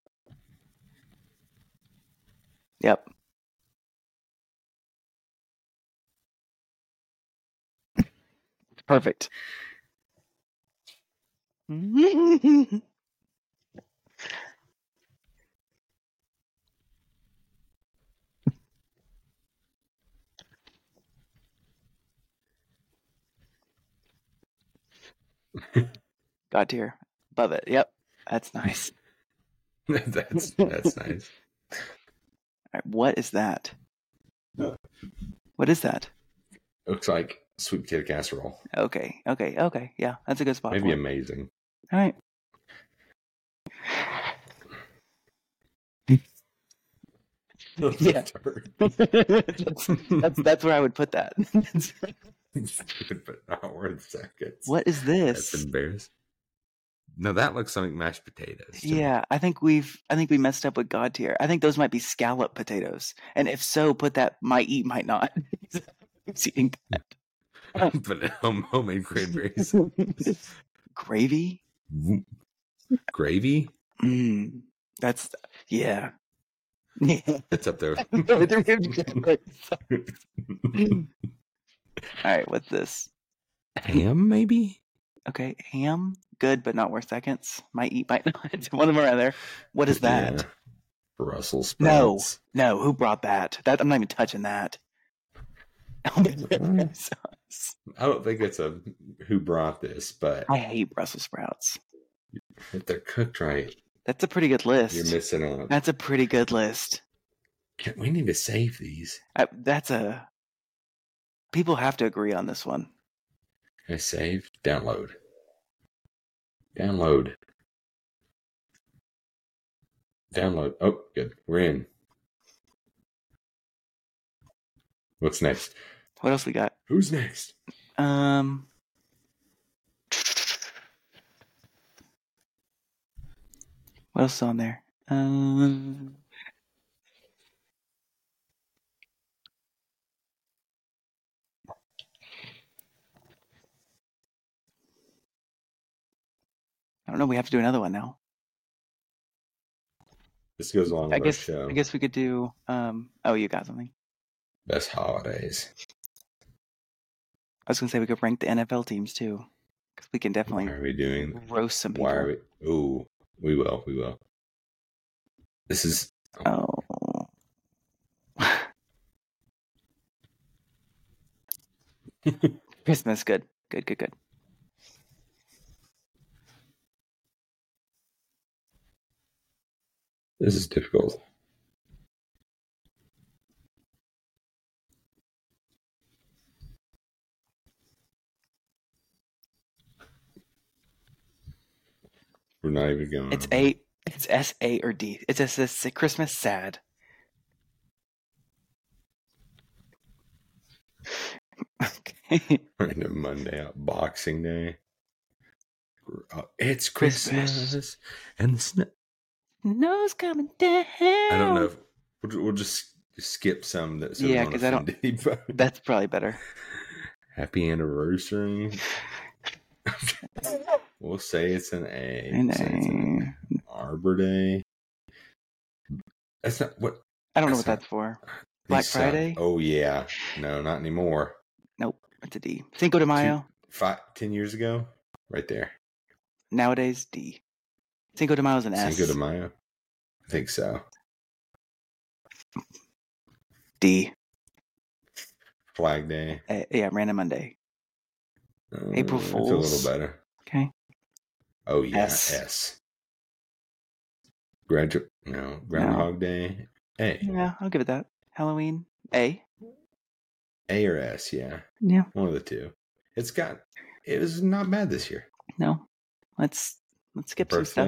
[SPEAKER 2] Yep. Perfect. God tier. Love it. Yep. That's nice.
[SPEAKER 1] that's that's nice.
[SPEAKER 2] All right, what is that? What is that?
[SPEAKER 1] It looks like sweet potato casserole.
[SPEAKER 2] Okay. Okay. Okay. Yeah. That's a good spot.
[SPEAKER 1] Maybe
[SPEAKER 2] for it.
[SPEAKER 1] amazing.
[SPEAKER 2] All right. Yeah. that's, that's that's where I would put that.
[SPEAKER 1] but not worth seconds.
[SPEAKER 2] what is
[SPEAKER 1] That's
[SPEAKER 2] this?
[SPEAKER 1] embarrassing. No, that looks like mashed potatoes. to me.
[SPEAKER 2] Yeah, I think we've I think we messed up with God tier. I think those might be scallop potatoes. And if so, put that might eat, might not. It's eating
[SPEAKER 1] but home- homemade cranberries.
[SPEAKER 2] that. Gravy?
[SPEAKER 1] Gravy?
[SPEAKER 2] Mm, that's yeah. Yeah.
[SPEAKER 1] That's up there.
[SPEAKER 2] All right, what's this?
[SPEAKER 1] Ham, maybe?
[SPEAKER 2] Okay, ham, good but not worth seconds. Might eat, might not. One of them around there. What is that?
[SPEAKER 1] Yeah. Brussels
[SPEAKER 2] No.
[SPEAKER 1] sprouts.
[SPEAKER 2] No, who brought that? That I'm not even touching that.
[SPEAKER 1] Really? I don't think it's a who brought this, but
[SPEAKER 2] I hate Brussels sprouts.
[SPEAKER 1] if they're cooked right,
[SPEAKER 2] That's a pretty good
[SPEAKER 1] you're
[SPEAKER 2] list.
[SPEAKER 1] missing out.
[SPEAKER 2] That's a pretty good list.
[SPEAKER 1] Can- We need to save these.
[SPEAKER 2] I, that's a. People have to agree on this one.
[SPEAKER 1] I save, download. Download. Download. Oh, good. We're in. What's next?
[SPEAKER 2] What else we got?
[SPEAKER 1] Who's next?
[SPEAKER 2] Um. What else is on there? Um. I don't know. We have to do another one now.
[SPEAKER 1] This goes along with
[SPEAKER 2] I
[SPEAKER 1] our
[SPEAKER 2] guess.
[SPEAKER 1] Oh, show.
[SPEAKER 2] I guess we could do. Um. Oh, you got something.
[SPEAKER 1] Best holidays.
[SPEAKER 2] I was gonna say we could rank the NFL teams too, because we can
[SPEAKER 1] Why
[SPEAKER 2] definitely
[SPEAKER 1] are we doing?
[SPEAKER 2] roast some people.
[SPEAKER 1] Why are we? Ooh, we will. We will. This is
[SPEAKER 2] Oh. Christmas, good, good, good, good.
[SPEAKER 1] this is difficult. We're not even going.
[SPEAKER 2] It's A, it's S A or D. It's S S Christmas sad. Okay.
[SPEAKER 1] Random Monday out Boxing Day. Uh, It's Christmas,
[SPEAKER 2] Christmas.
[SPEAKER 1] and the snow.
[SPEAKER 2] Snow's coming down.
[SPEAKER 1] I don't know. If, we'll, ju- we'll just skip some that. we
[SPEAKER 2] Yeah,
[SPEAKER 1] don't
[SPEAKER 2] 'cause I don't-
[SPEAKER 1] offend anybody.
[SPEAKER 2] That's probably better.
[SPEAKER 1] Happy anniversary. We'll say it's an A.
[SPEAKER 2] And
[SPEAKER 1] Say it's an
[SPEAKER 2] I
[SPEAKER 1] Arbor Day. That's not what
[SPEAKER 2] I don't know what
[SPEAKER 1] That's not-
[SPEAKER 2] that's for.
[SPEAKER 1] these
[SPEAKER 2] Black
[SPEAKER 1] sound-
[SPEAKER 2] Friday?
[SPEAKER 1] Oh yeah, no, not anymore.
[SPEAKER 2] It's a D. Cinco de Mayo.
[SPEAKER 1] Five, ten years ago, right there.
[SPEAKER 2] Nowadays, D. Cinco de Mayo is an S.
[SPEAKER 1] Cinco de Mayo. I think so.
[SPEAKER 2] D.
[SPEAKER 1] Flag Day.
[SPEAKER 2] Uh, yeah, Random Monday.
[SPEAKER 1] Uh,
[SPEAKER 2] April
[SPEAKER 1] that's
[SPEAKER 2] Fools.
[SPEAKER 1] a little better.
[SPEAKER 2] Okay.
[SPEAKER 1] Oh yeah,
[SPEAKER 2] S.
[SPEAKER 1] S. Gradu- no, Groundhog Day. A.
[SPEAKER 2] Yeah, I'll give it that. Halloween. A.
[SPEAKER 1] A or S, yeah.
[SPEAKER 2] Yeah.
[SPEAKER 1] One of the two. It's got it was not bad this year.
[SPEAKER 2] No. Let's let's skip some
[SPEAKER 1] Birthday?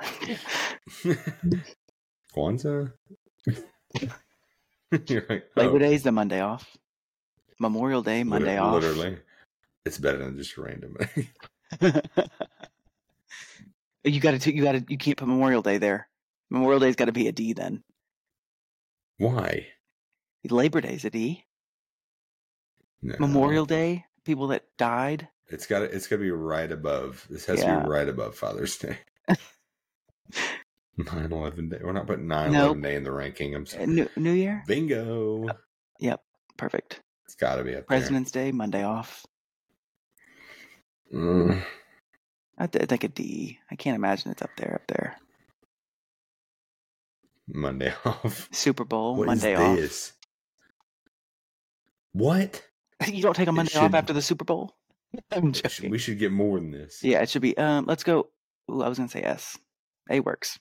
[SPEAKER 2] stuff.
[SPEAKER 1] Kwanzaa? You're like,
[SPEAKER 2] Labor
[SPEAKER 1] oh,
[SPEAKER 2] Day's the Monday off. Memorial Day,
[SPEAKER 1] lit-
[SPEAKER 2] Monday off.
[SPEAKER 1] Literally. It's better than just random.
[SPEAKER 2] you gotta t- you gotta you can't put Memorial Day there. Memorial Day's gotta be a D then.
[SPEAKER 1] Why?
[SPEAKER 2] Labor Day's a D.
[SPEAKER 1] No.
[SPEAKER 2] Memorial Day, people that died.
[SPEAKER 1] It's got to it's got to be right above. This has to
[SPEAKER 2] Yeah.
[SPEAKER 1] be right above Father's Day. 9 11 day. We're not putting 9 11 day in the ranking. I'm sorry.
[SPEAKER 2] eh, New, New Year?
[SPEAKER 1] Bingo.
[SPEAKER 2] Perfect.
[SPEAKER 1] It's got to be up
[SPEAKER 2] President's Day, Monday off.
[SPEAKER 1] there. Mm,
[SPEAKER 2] I th- like a D. I can't imagine it's up there, up there.
[SPEAKER 1] Monday off.
[SPEAKER 2] Super Bowl,
[SPEAKER 1] What is
[SPEAKER 2] Monday off.
[SPEAKER 1] this? What?
[SPEAKER 2] You don't take a Monday off
[SPEAKER 1] shouldn't.
[SPEAKER 2] after the Super Bowl?
[SPEAKER 1] We
[SPEAKER 2] I'm
[SPEAKER 1] should-
[SPEAKER 2] joking.
[SPEAKER 1] We should get more than this.
[SPEAKER 2] Yeah, it should be. Um, let's go. Ooh, I was gonna say S. A works.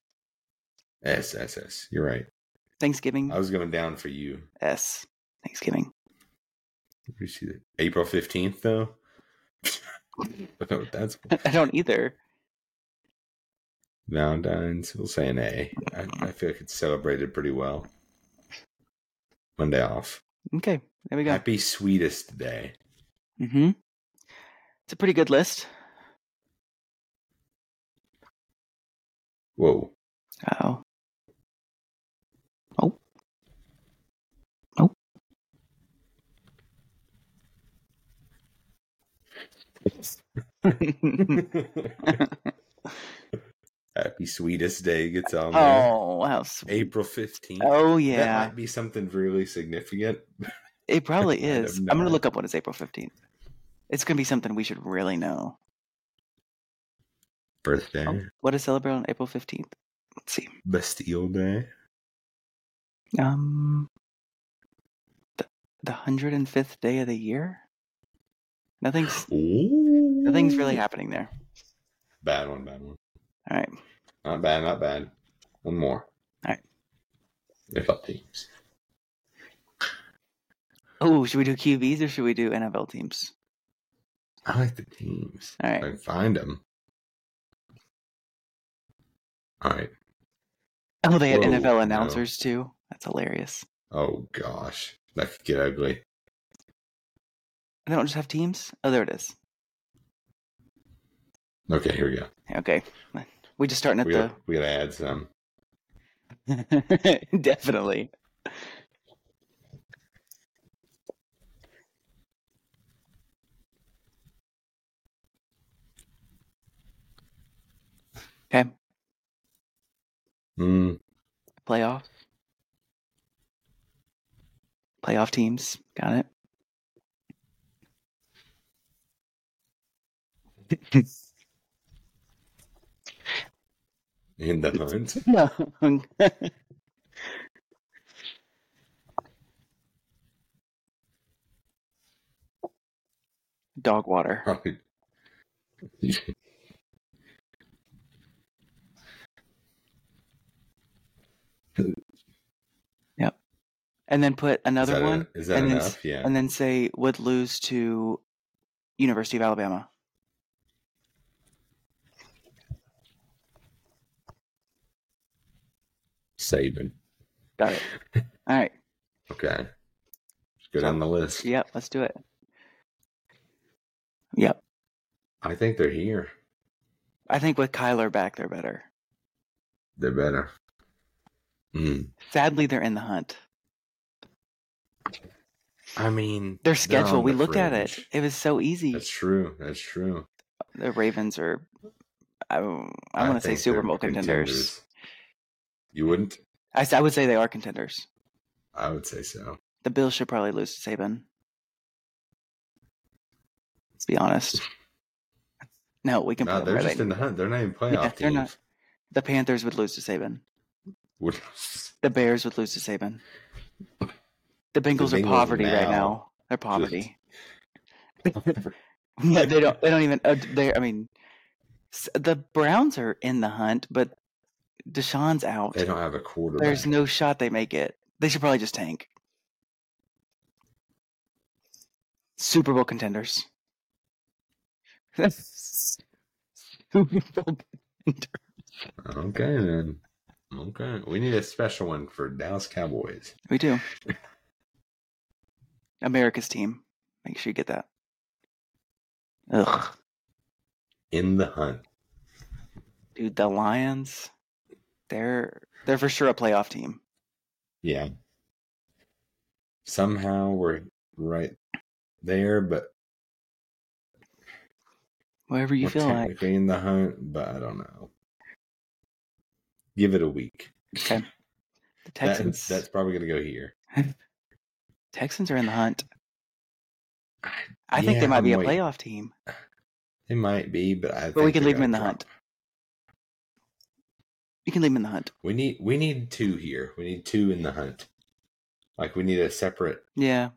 [SPEAKER 1] S S S. You're right.
[SPEAKER 2] Thanksgiving.
[SPEAKER 1] I was going down for you.
[SPEAKER 2] S. Thanksgiving.
[SPEAKER 1] Did you see that? April fifteenth though. I don't know what that's
[SPEAKER 2] I don't either.
[SPEAKER 1] Valentine's. We'll say an A. I, I feel like it's celebrated pretty well. Monday off.
[SPEAKER 2] Okay, there we go.
[SPEAKER 1] Happy sweetest day.
[SPEAKER 2] Mm-hmm. It's a pretty good list.
[SPEAKER 1] Whoa.
[SPEAKER 2] Oh,
[SPEAKER 1] Oh.
[SPEAKER 2] Oh. Hmm.
[SPEAKER 1] Happy sweetest day gets on there.
[SPEAKER 2] oh, how sweet.
[SPEAKER 1] April fifteenth.
[SPEAKER 2] Oh
[SPEAKER 1] That
[SPEAKER 2] yeah,
[SPEAKER 1] might be something really significant.
[SPEAKER 2] it probably
[SPEAKER 1] I have
[SPEAKER 2] is.
[SPEAKER 1] no
[SPEAKER 2] I'm gonna
[SPEAKER 1] idea.
[SPEAKER 2] look up what is April 15th. It's gonna be something we should really know.
[SPEAKER 1] Birthday.
[SPEAKER 2] Oh, what is celebrated on April 15th? Let's see.
[SPEAKER 1] Bastille Day.
[SPEAKER 2] Um, the the hundred and fifth day of the year. Nothing's
[SPEAKER 1] Ooh.
[SPEAKER 2] nothing's really happening there.
[SPEAKER 1] Bad one, bad one.
[SPEAKER 2] All right.
[SPEAKER 1] Not bad, not bad. One more.
[SPEAKER 2] Alright.
[SPEAKER 1] NFL teams.
[SPEAKER 2] Oh, should we do QBs or should we do NFL teams?
[SPEAKER 1] I like the teams.
[SPEAKER 2] All
[SPEAKER 1] I
[SPEAKER 2] right.
[SPEAKER 1] can find them. All right.
[SPEAKER 2] Oh, they had
[SPEAKER 1] Whoa, no.
[SPEAKER 2] NFL announcers too. That's hilarious.
[SPEAKER 1] Oh gosh, that could get ugly.
[SPEAKER 2] They don't just have teams. Oh, there it is.
[SPEAKER 1] Okay, here we go.
[SPEAKER 2] Okay, we just starting at
[SPEAKER 1] We gotta, we gotta add some.
[SPEAKER 2] the definitely. Okay,
[SPEAKER 1] Mm,
[SPEAKER 2] playoff, playoff teams. Got it.
[SPEAKER 1] in the hunt.
[SPEAKER 2] No. Dog water.
[SPEAKER 1] Probably.
[SPEAKER 2] And then put
[SPEAKER 1] Is
[SPEAKER 2] another
[SPEAKER 1] that,
[SPEAKER 2] one
[SPEAKER 1] a- is that
[SPEAKER 2] and then
[SPEAKER 1] enough? yeah.
[SPEAKER 2] and then say would lose to University of Alabama.
[SPEAKER 1] Saving.
[SPEAKER 2] Got it. All right.
[SPEAKER 1] Okay. Let's go down the list.
[SPEAKER 2] Yep, let's do it. Yep.
[SPEAKER 1] I think they're here.
[SPEAKER 2] I think with Kyler back they're better.
[SPEAKER 1] They're better. Mm.
[SPEAKER 2] Sadly they're in the hunt.
[SPEAKER 1] I mean,
[SPEAKER 2] Their
[SPEAKER 1] they're
[SPEAKER 2] schedule,
[SPEAKER 1] on
[SPEAKER 2] we
[SPEAKER 1] the
[SPEAKER 2] looked at it.
[SPEAKER 1] fringe.
[SPEAKER 2] It was so easy.
[SPEAKER 1] That's true. That's true.
[SPEAKER 2] the Ravens are I, I want to say
[SPEAKER 1] think
[SPEAKER 2] Super
[SPEAKER 1] they're
[SPEAKER 2] Bowl contenders.
[SPEAKER 1] You wouldn't?
[SPEAKER 2] I, s- I would say they are contenders.
[SPEAKER 1] I would say so.
[SPEAKER 2] The Bills should probably lose to Saban. Let's be honest. No, we can
[SPEAKER 1] No,
[SPEAKER 2] play
[SPEAKER 1] they're
[SPEAKER 2] them where
[SPEAKER 1] just
[SPEAKER 2] they-
[SPEAKER 1] in the hunt. They're not even playoff
[SPEAKER 2] Yeah, they're
[SPEAKER 1] teams.
[SPEAKER 2] not- The Panthers would lose to Saban.
[SPEAKER 1] Would-
[SPEAKER 2] The Bears would lose to Saban. The Bengals,
[SPEAKER 1] Bengals
[SPEAKER 2] are poverty right
[SPEAKER 1] now
[SPEAKER 2] now. They're poverty. Yeah, they don't. They don't even. Uh, they. I mean, s- the Browns are in the hunt, but Deshaun's out.
[SPEAKER 1] they don't have a quarterback.
[SPEAKER 2] There's no shot they make it. They should probably just tank. Super Bowl contenders. Super Bowl contenders.
[SPEAKER 1] Okay, then. Okay. We need a special one for Dallas Cowboys.
[SPEAKER 2] We do. America's team. Make sure you get that. Ugh,
[SPEAKER 1] In the hunt.
[SPEAKER 2] dude, the Lions. They're they're for sure a playoff team.
[SPEAKER 1] Yeah. Somehow we're right there, but
[SPEAKER 2] Wherever you
[SPEAKER 1] we're
[SPEAKER 2] feel like.
[SPEAKER 1] technically in the hunt, but I don't know. Give it a week.
[SPEAKER 2] Okay. The
[SPEAKER 1] That-
[SPEAKER 2] Texans.
[SPEAKER 1] that's probably going to go here.
[SPEAKER 2] Texans are in the hunt.
[SPEAKER 1] I-
[SPEAKER 2] I think they
[SPEAKER 1] Yeah,
[SPEAKER 2] might be a
[SPEAKER 1] I'm waiting.
[SPEAKER 2] playoff team.
[SPEAKER 1] They might be, but I.
[SPEAKER 2] But we
[SPEAKER 1] think
[SPEAKER 2] can
[SPEAKER 1] they're
[SPEAKER 2] leave 'em in the
[SPEAKER 1] gonna
[SPEAKER 2] hunt.
[SPEAKER 1] drop.
[SPEAKER 2] You can leave them in the hunt.
[SPEAKER 1] We need we need two here. We need two in the hunt. Like we need a separate
[SPEAKER 2] Yeah.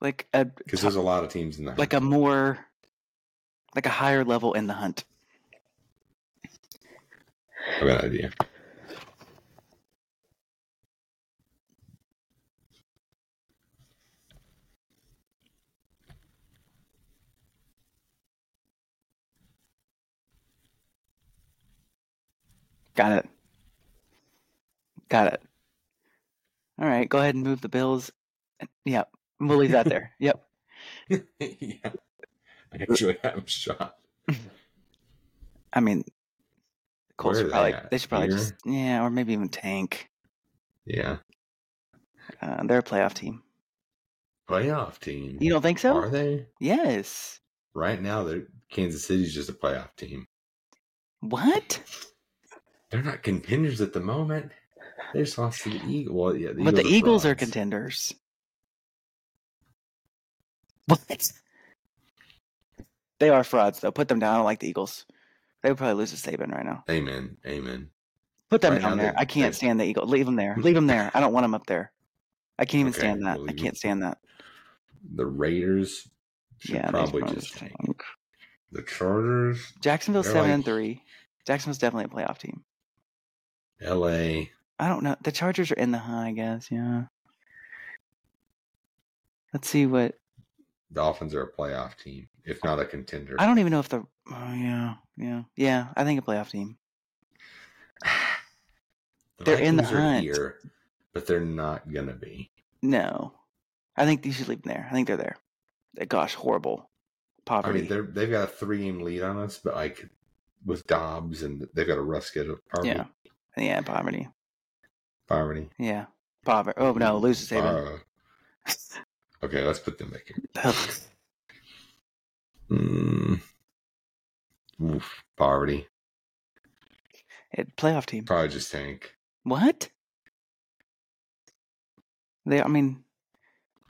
[SPEAKER 2] Like a
[SPEAKER 1] because there's a lot of teams in the hunt.
[SPEAKER 2] like a more like a higher level in the hunt.
[SPEAKER 1] I got an idea.
[SPEAKER 2] Got it. Got it. All right, go ahead and move the Bills. Yep, we'll leave that there. Yep.
[SPEAKER 1] yeah, actually, I'm shocked.
[SPEAKER 2] I mean, the Colts
[SPEAKER 1] Where
[SPEAKER 2] should
[SPEAKER 1] are
[SPEAKER 2] probably
[SPEAKER 1] they at?
[SPEAKER 2] they should probably
[SPEAKER 1] Here?
[SPEAKER 2] just yeah, or maybe even tank.
[SPEAKER 1] Yeah,
[SPEAKER 2] Uh, they're a playoff team.
[SPEAKER 1] playoff team.
[SPEAKER 2] You don't think so?
[SPEAKER 1] Are they
[SPEAKER 2] Yes.
[SPEAKER 1] right now? They're Kansas City's just a playoff team.
[SPEAKER 2] What?
[SPEAKER 1] They're not contenders at the moment. They just lost to the Eagles. Well, yeah,
[SPEAKER 2] but the Eagles are
[SPEAKER 1] frauds.
[SPEAKER 2] contenders. What? They are frauds, though. Put them down. I don't like the Eagles. They would probably lose to Saban right now.
[SPEAKER 1] Amen. Amen.
[SPEAKER 2] Put them
[SPEAKER 1] Right now
[SPEAKER 2] down there.
[SPEAKER 1] they-
[SPEAKER 2] I can't
[SPEAKER 1] they-
[SPEAKER 2] stand the Eagles. Leave them there. Leave them there. I don't want them up there. I can't even
[SPEAKER 1] Okay,
[SPEAKER 2] stand that.
[SPEAKER 1] we'll
[SPEAKER 2] I
[SPEAKER 1] leave 'em.
[SPEAKER 2] can't stand that.
[SPEAKER 1] The Raiders should
[SPEAKER 2] yeah, they
[SPEAKER 1] probably
[SPEAKER 2] probably
[SPEAKER 1] just tank.
[SPEAKER 2] tank.
[SPEAKER 1] The Chargers,
[SPEAKER 2] Jacksonville's
[SPEAKER 1] They're
[SPEAKER 2] seven
[SPEAKER 1] like-
[SPEAKER 2] and three. Jacksonville's definitely a playoff team.
[SPEAKER 1] L.A.
[SPEAKER 2] I don't know. The Chargers are in the high, I guess. Yeah. Let's see what.
[SPEAKER 1] Dolphins are a playoff team, if not a contender.
[SPEAKER 2] I don't even know if the. Oh yeah, yeah, yeah. I think a playoff team.
[SPEAKER 1] The
[SPEAKER 2] they're in the
[SPEAKER 1] Vikings are
[SPEAKER 2] hunt.
[SPEAKER 1] here, but they're not gonna be.
[SPEAKER 2] No, I think you should leave them there. I think they're there. Uh, Gosh, horrible
[SPEAKER 1] I
[SPEAKER 2] poverty.
[SPEAKER 1] mean, they're they've got a three game lead on us, but like with Dobbs and they've got a rough schedule. Poverty,
[SPEAKER 2] yeah, yeah, poverty.
[SPEAKER 1] poverty.
[SPEAKER 2] Yeah, poverty. Oh no, lose to Saban.
[SPEAKER 1] Uh, okay, let's put them back here.
[SPEAKER 2] Ugh.
[SPEAKER 1] Mm. Oof, poverty.
[SPEAKER 2] It playoff team.
[SPEAKER 1] Probably just tank.
[SPEAKER 2] What? They. I mean,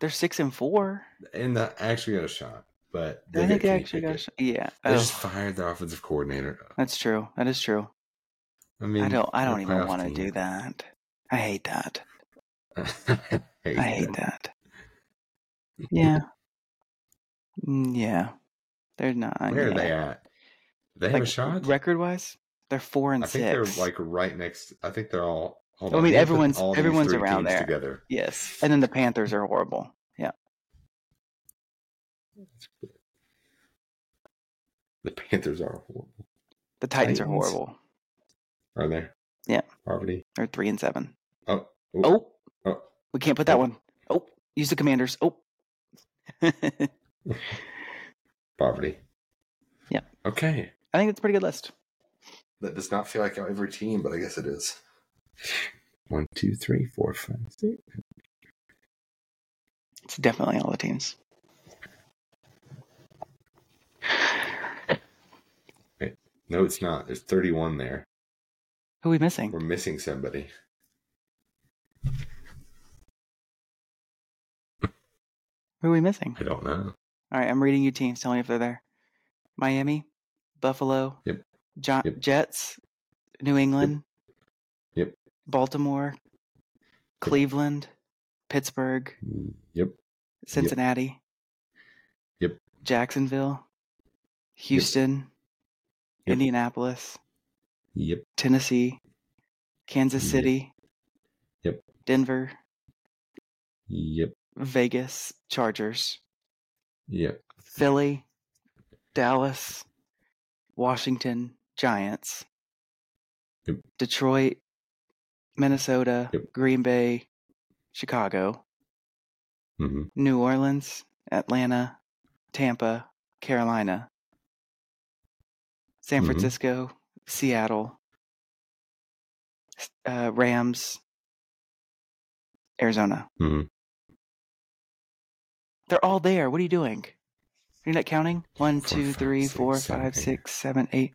[SPEAKER 2] they're six and four.
[SPEAKER 1] And that actually got a shot, but
[SPEAKER 2] I
[SPEAKER 1] get
[SPEAKER 2] think they
[SPEAKER 1] Kenny
[SPEAKER 2] actually got.
[SPEAKER 1] Pickett.
[SPEAKER 2] sh- Yeah.
[SPEAKER 1] They just
[SPEAKER 2] Oh,
[SPEAKER 1] fired their offensive coordinator.
[SPEAKER 2] that's true. That is true.
[SPEAKER 1] I mean,
[SPEAKER 2] I don't. I
[SPEAKER 1] they're
[SPEAKER 2] don't
[SPEAKER 1] a
[SPEAKER 2] even
[SPEAKER 1] playoff
[SPEAKER 2] want to
[SPEAKER 1] team.
[SPEAKER 2] do that. I hate that.
[SPEAKER 1] hate
[SPEAKER 2] I hate
[SPEAKER 1] that.
[SPEAKER 2] that. Yeah. Mm, yeah. They're not.
[SPEAKER 1] Where are
[SPEAKER 2] yeah.
[SPEAKER 1] they at? They have a shot.
[SPEAKER 2] Record wise, they're four and
[SPEAKER 1] I think
[SPEAKER 2] six.
[SPEAKER 1] they're like right next. I think they're all. hold
[SPEAKER 2] I
[SPEAKER 1] on,
[SPEAKER 2] mean,
[SPEAKER 1] they put
[SPEAKER 2] everyone's-
[SPEAKER 1] all these
[SPEAKER 2] everyone's
[SPEAKER 1] three
[SPEAKER 2] around
[SPEAKER 1] teams
[SPEAKER 2] there.
[SPEAKER 1] together.
[SPEAKER 2] yes, and then the Panthers are horrible. Yeah.
[SPEAKER 1] The Panthers are horrible.
[SPEAKER 2] The Titans, are
[SPEAKER 1] Titans?
[SPEAKER 2] horrible.
[SPEAKER 1] Are they?
[SPEAKER 2] Yeah.
[SPEAKER 1] Poverty.
[SPEAKER 2] They're three and seven.
[SPEAKER 1] Oh.
[SPEAKER 2] Oh.
[SPEAKER 1] Oh.
[SPEAKER 2] We can't put that
[SPEAKER 1] Oh.
[SPEAKER 2] one. Oh. Use the Commanders. Oh. I think
[SPEAKER 1] Poverty.
[SPEAKER 2] Yeah.
[SPEAKER 1] Okay.
[SPEAKER 2] that's a pretty good list.
[SPEAKER 1] That does not feel like every team, but I guess it is. One, two, three, four, five, six.
[SPEAKER 2] It's definitely all the teams.
[SPEAKER 1] No, it's not. There's 31 there.
[SPEAKER 2] Who are we missing?
[SPEAKER 1] We're missing somebody.
[SPEAKER 2] Who are we missing?
[SPEAKER 1] I don't know.
[SPEAKER 2] All right, I'm reading you teams. Tell me if they're there. Miami, Buffalo,
[SPEAKER 1] Yep.
[SPEAKER 2] Jo-
[SPEAKER 1] Yep.
[SPEAKER 2] Jets, New England,
[SPEAKER 1] Yep.
[SPEAKER 2] Baltimore, Cleveland, Pittsburgh,
[SPEAKER 1] Yep.
[SPEAKER 2] Cincinnati,
[SPEAKER 1] Yep.
[SPEAKER 2] Jacksonville, Houston,
[SPEAKER 1] Yep.
[SPEAKER 2] Indianapolis,
[SPEAKER 1] Yep.
[SPEAKER 2] Tennessee, Kansas
[SPEAKER 1] Yep.
[SPEAKER 2] City,
[SPEAKER 1] Mm-hmm. Yep.
[SPEAKER 2] Denver,
[SPEAKER 1] Yep.
[SPEAKER 2] Vegas, Chargers,
[SPEAKER 1] Yep.
[SPEAKER 2] Philly, Dallas, Washington, Giants,
[SPEAKER 1] Yep.
[SPEAKER 2] Detroit, Minnesota,
[SPEAKER 1] Yep.
[SPEAKER 2] Green Bay, Chicago,
[SPEAKER 1] hmm
[SPEAKER 2] New Orleans, Atlanta, Tampa, Carolina, San
[SPEAKER 1] Mhm.
[SPEAKER 2] Francisco, Seattle, s- uh, Rams, Arizona.
[SPEAKER 1] hmm
[SPEAKER 2] They're all there. What are you doing? You're not counting? One,
[SPEAKER 1] Four,
[SPEAKER 2] two,
[SPEAKER 1] five,
[SPEAKER 2] three,
[SPEAKER 1] six,
[SPEAKER 2] four,
[SPEAKER 1] seven,
[SPEAKER 2] five,
[SPEAKER 1] eight.
[SPEAKER 2] six, seven, eight,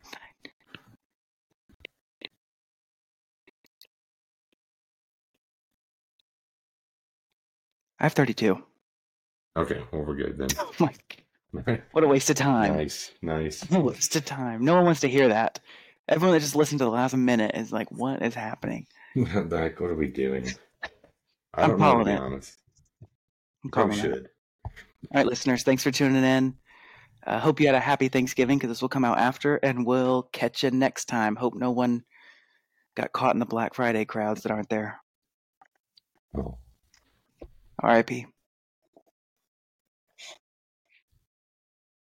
[SPEAKER 2] I have 32.
[SPEAKER 1] Okay, well we're good then.
[SPEAKER 2] Oh my, what a waste of time.
[SPEAKER 1] nice, nice.
[SPEAKER 2] What a waste of time. No one wants to hear that. Everyone that just listened to the last minute is like, what is happening?
[SPEAKER 1] like, what are we doing? I don't know. To
[SPEAKER 2] I'm calling
[SPEAKER 1] be
[SPEAKER 2] it.
[SPEAKER 1] honest,
[SPEAKER 2] I'm
[SPEAKER 1] probably
[SPEAKER 2] calling it.
[SPEAKER 1] should.
[SPEAKER 2] All right, listeners, thanks for tuning in. uh, hope you had a happy Thanksgiving because this will come out after, and we'll catch you next time. Hope no one got caught in the Black Friday crowds that aren't there.
[SPEAKER 1] Oh.
[SPEAKER 2] R.I.P.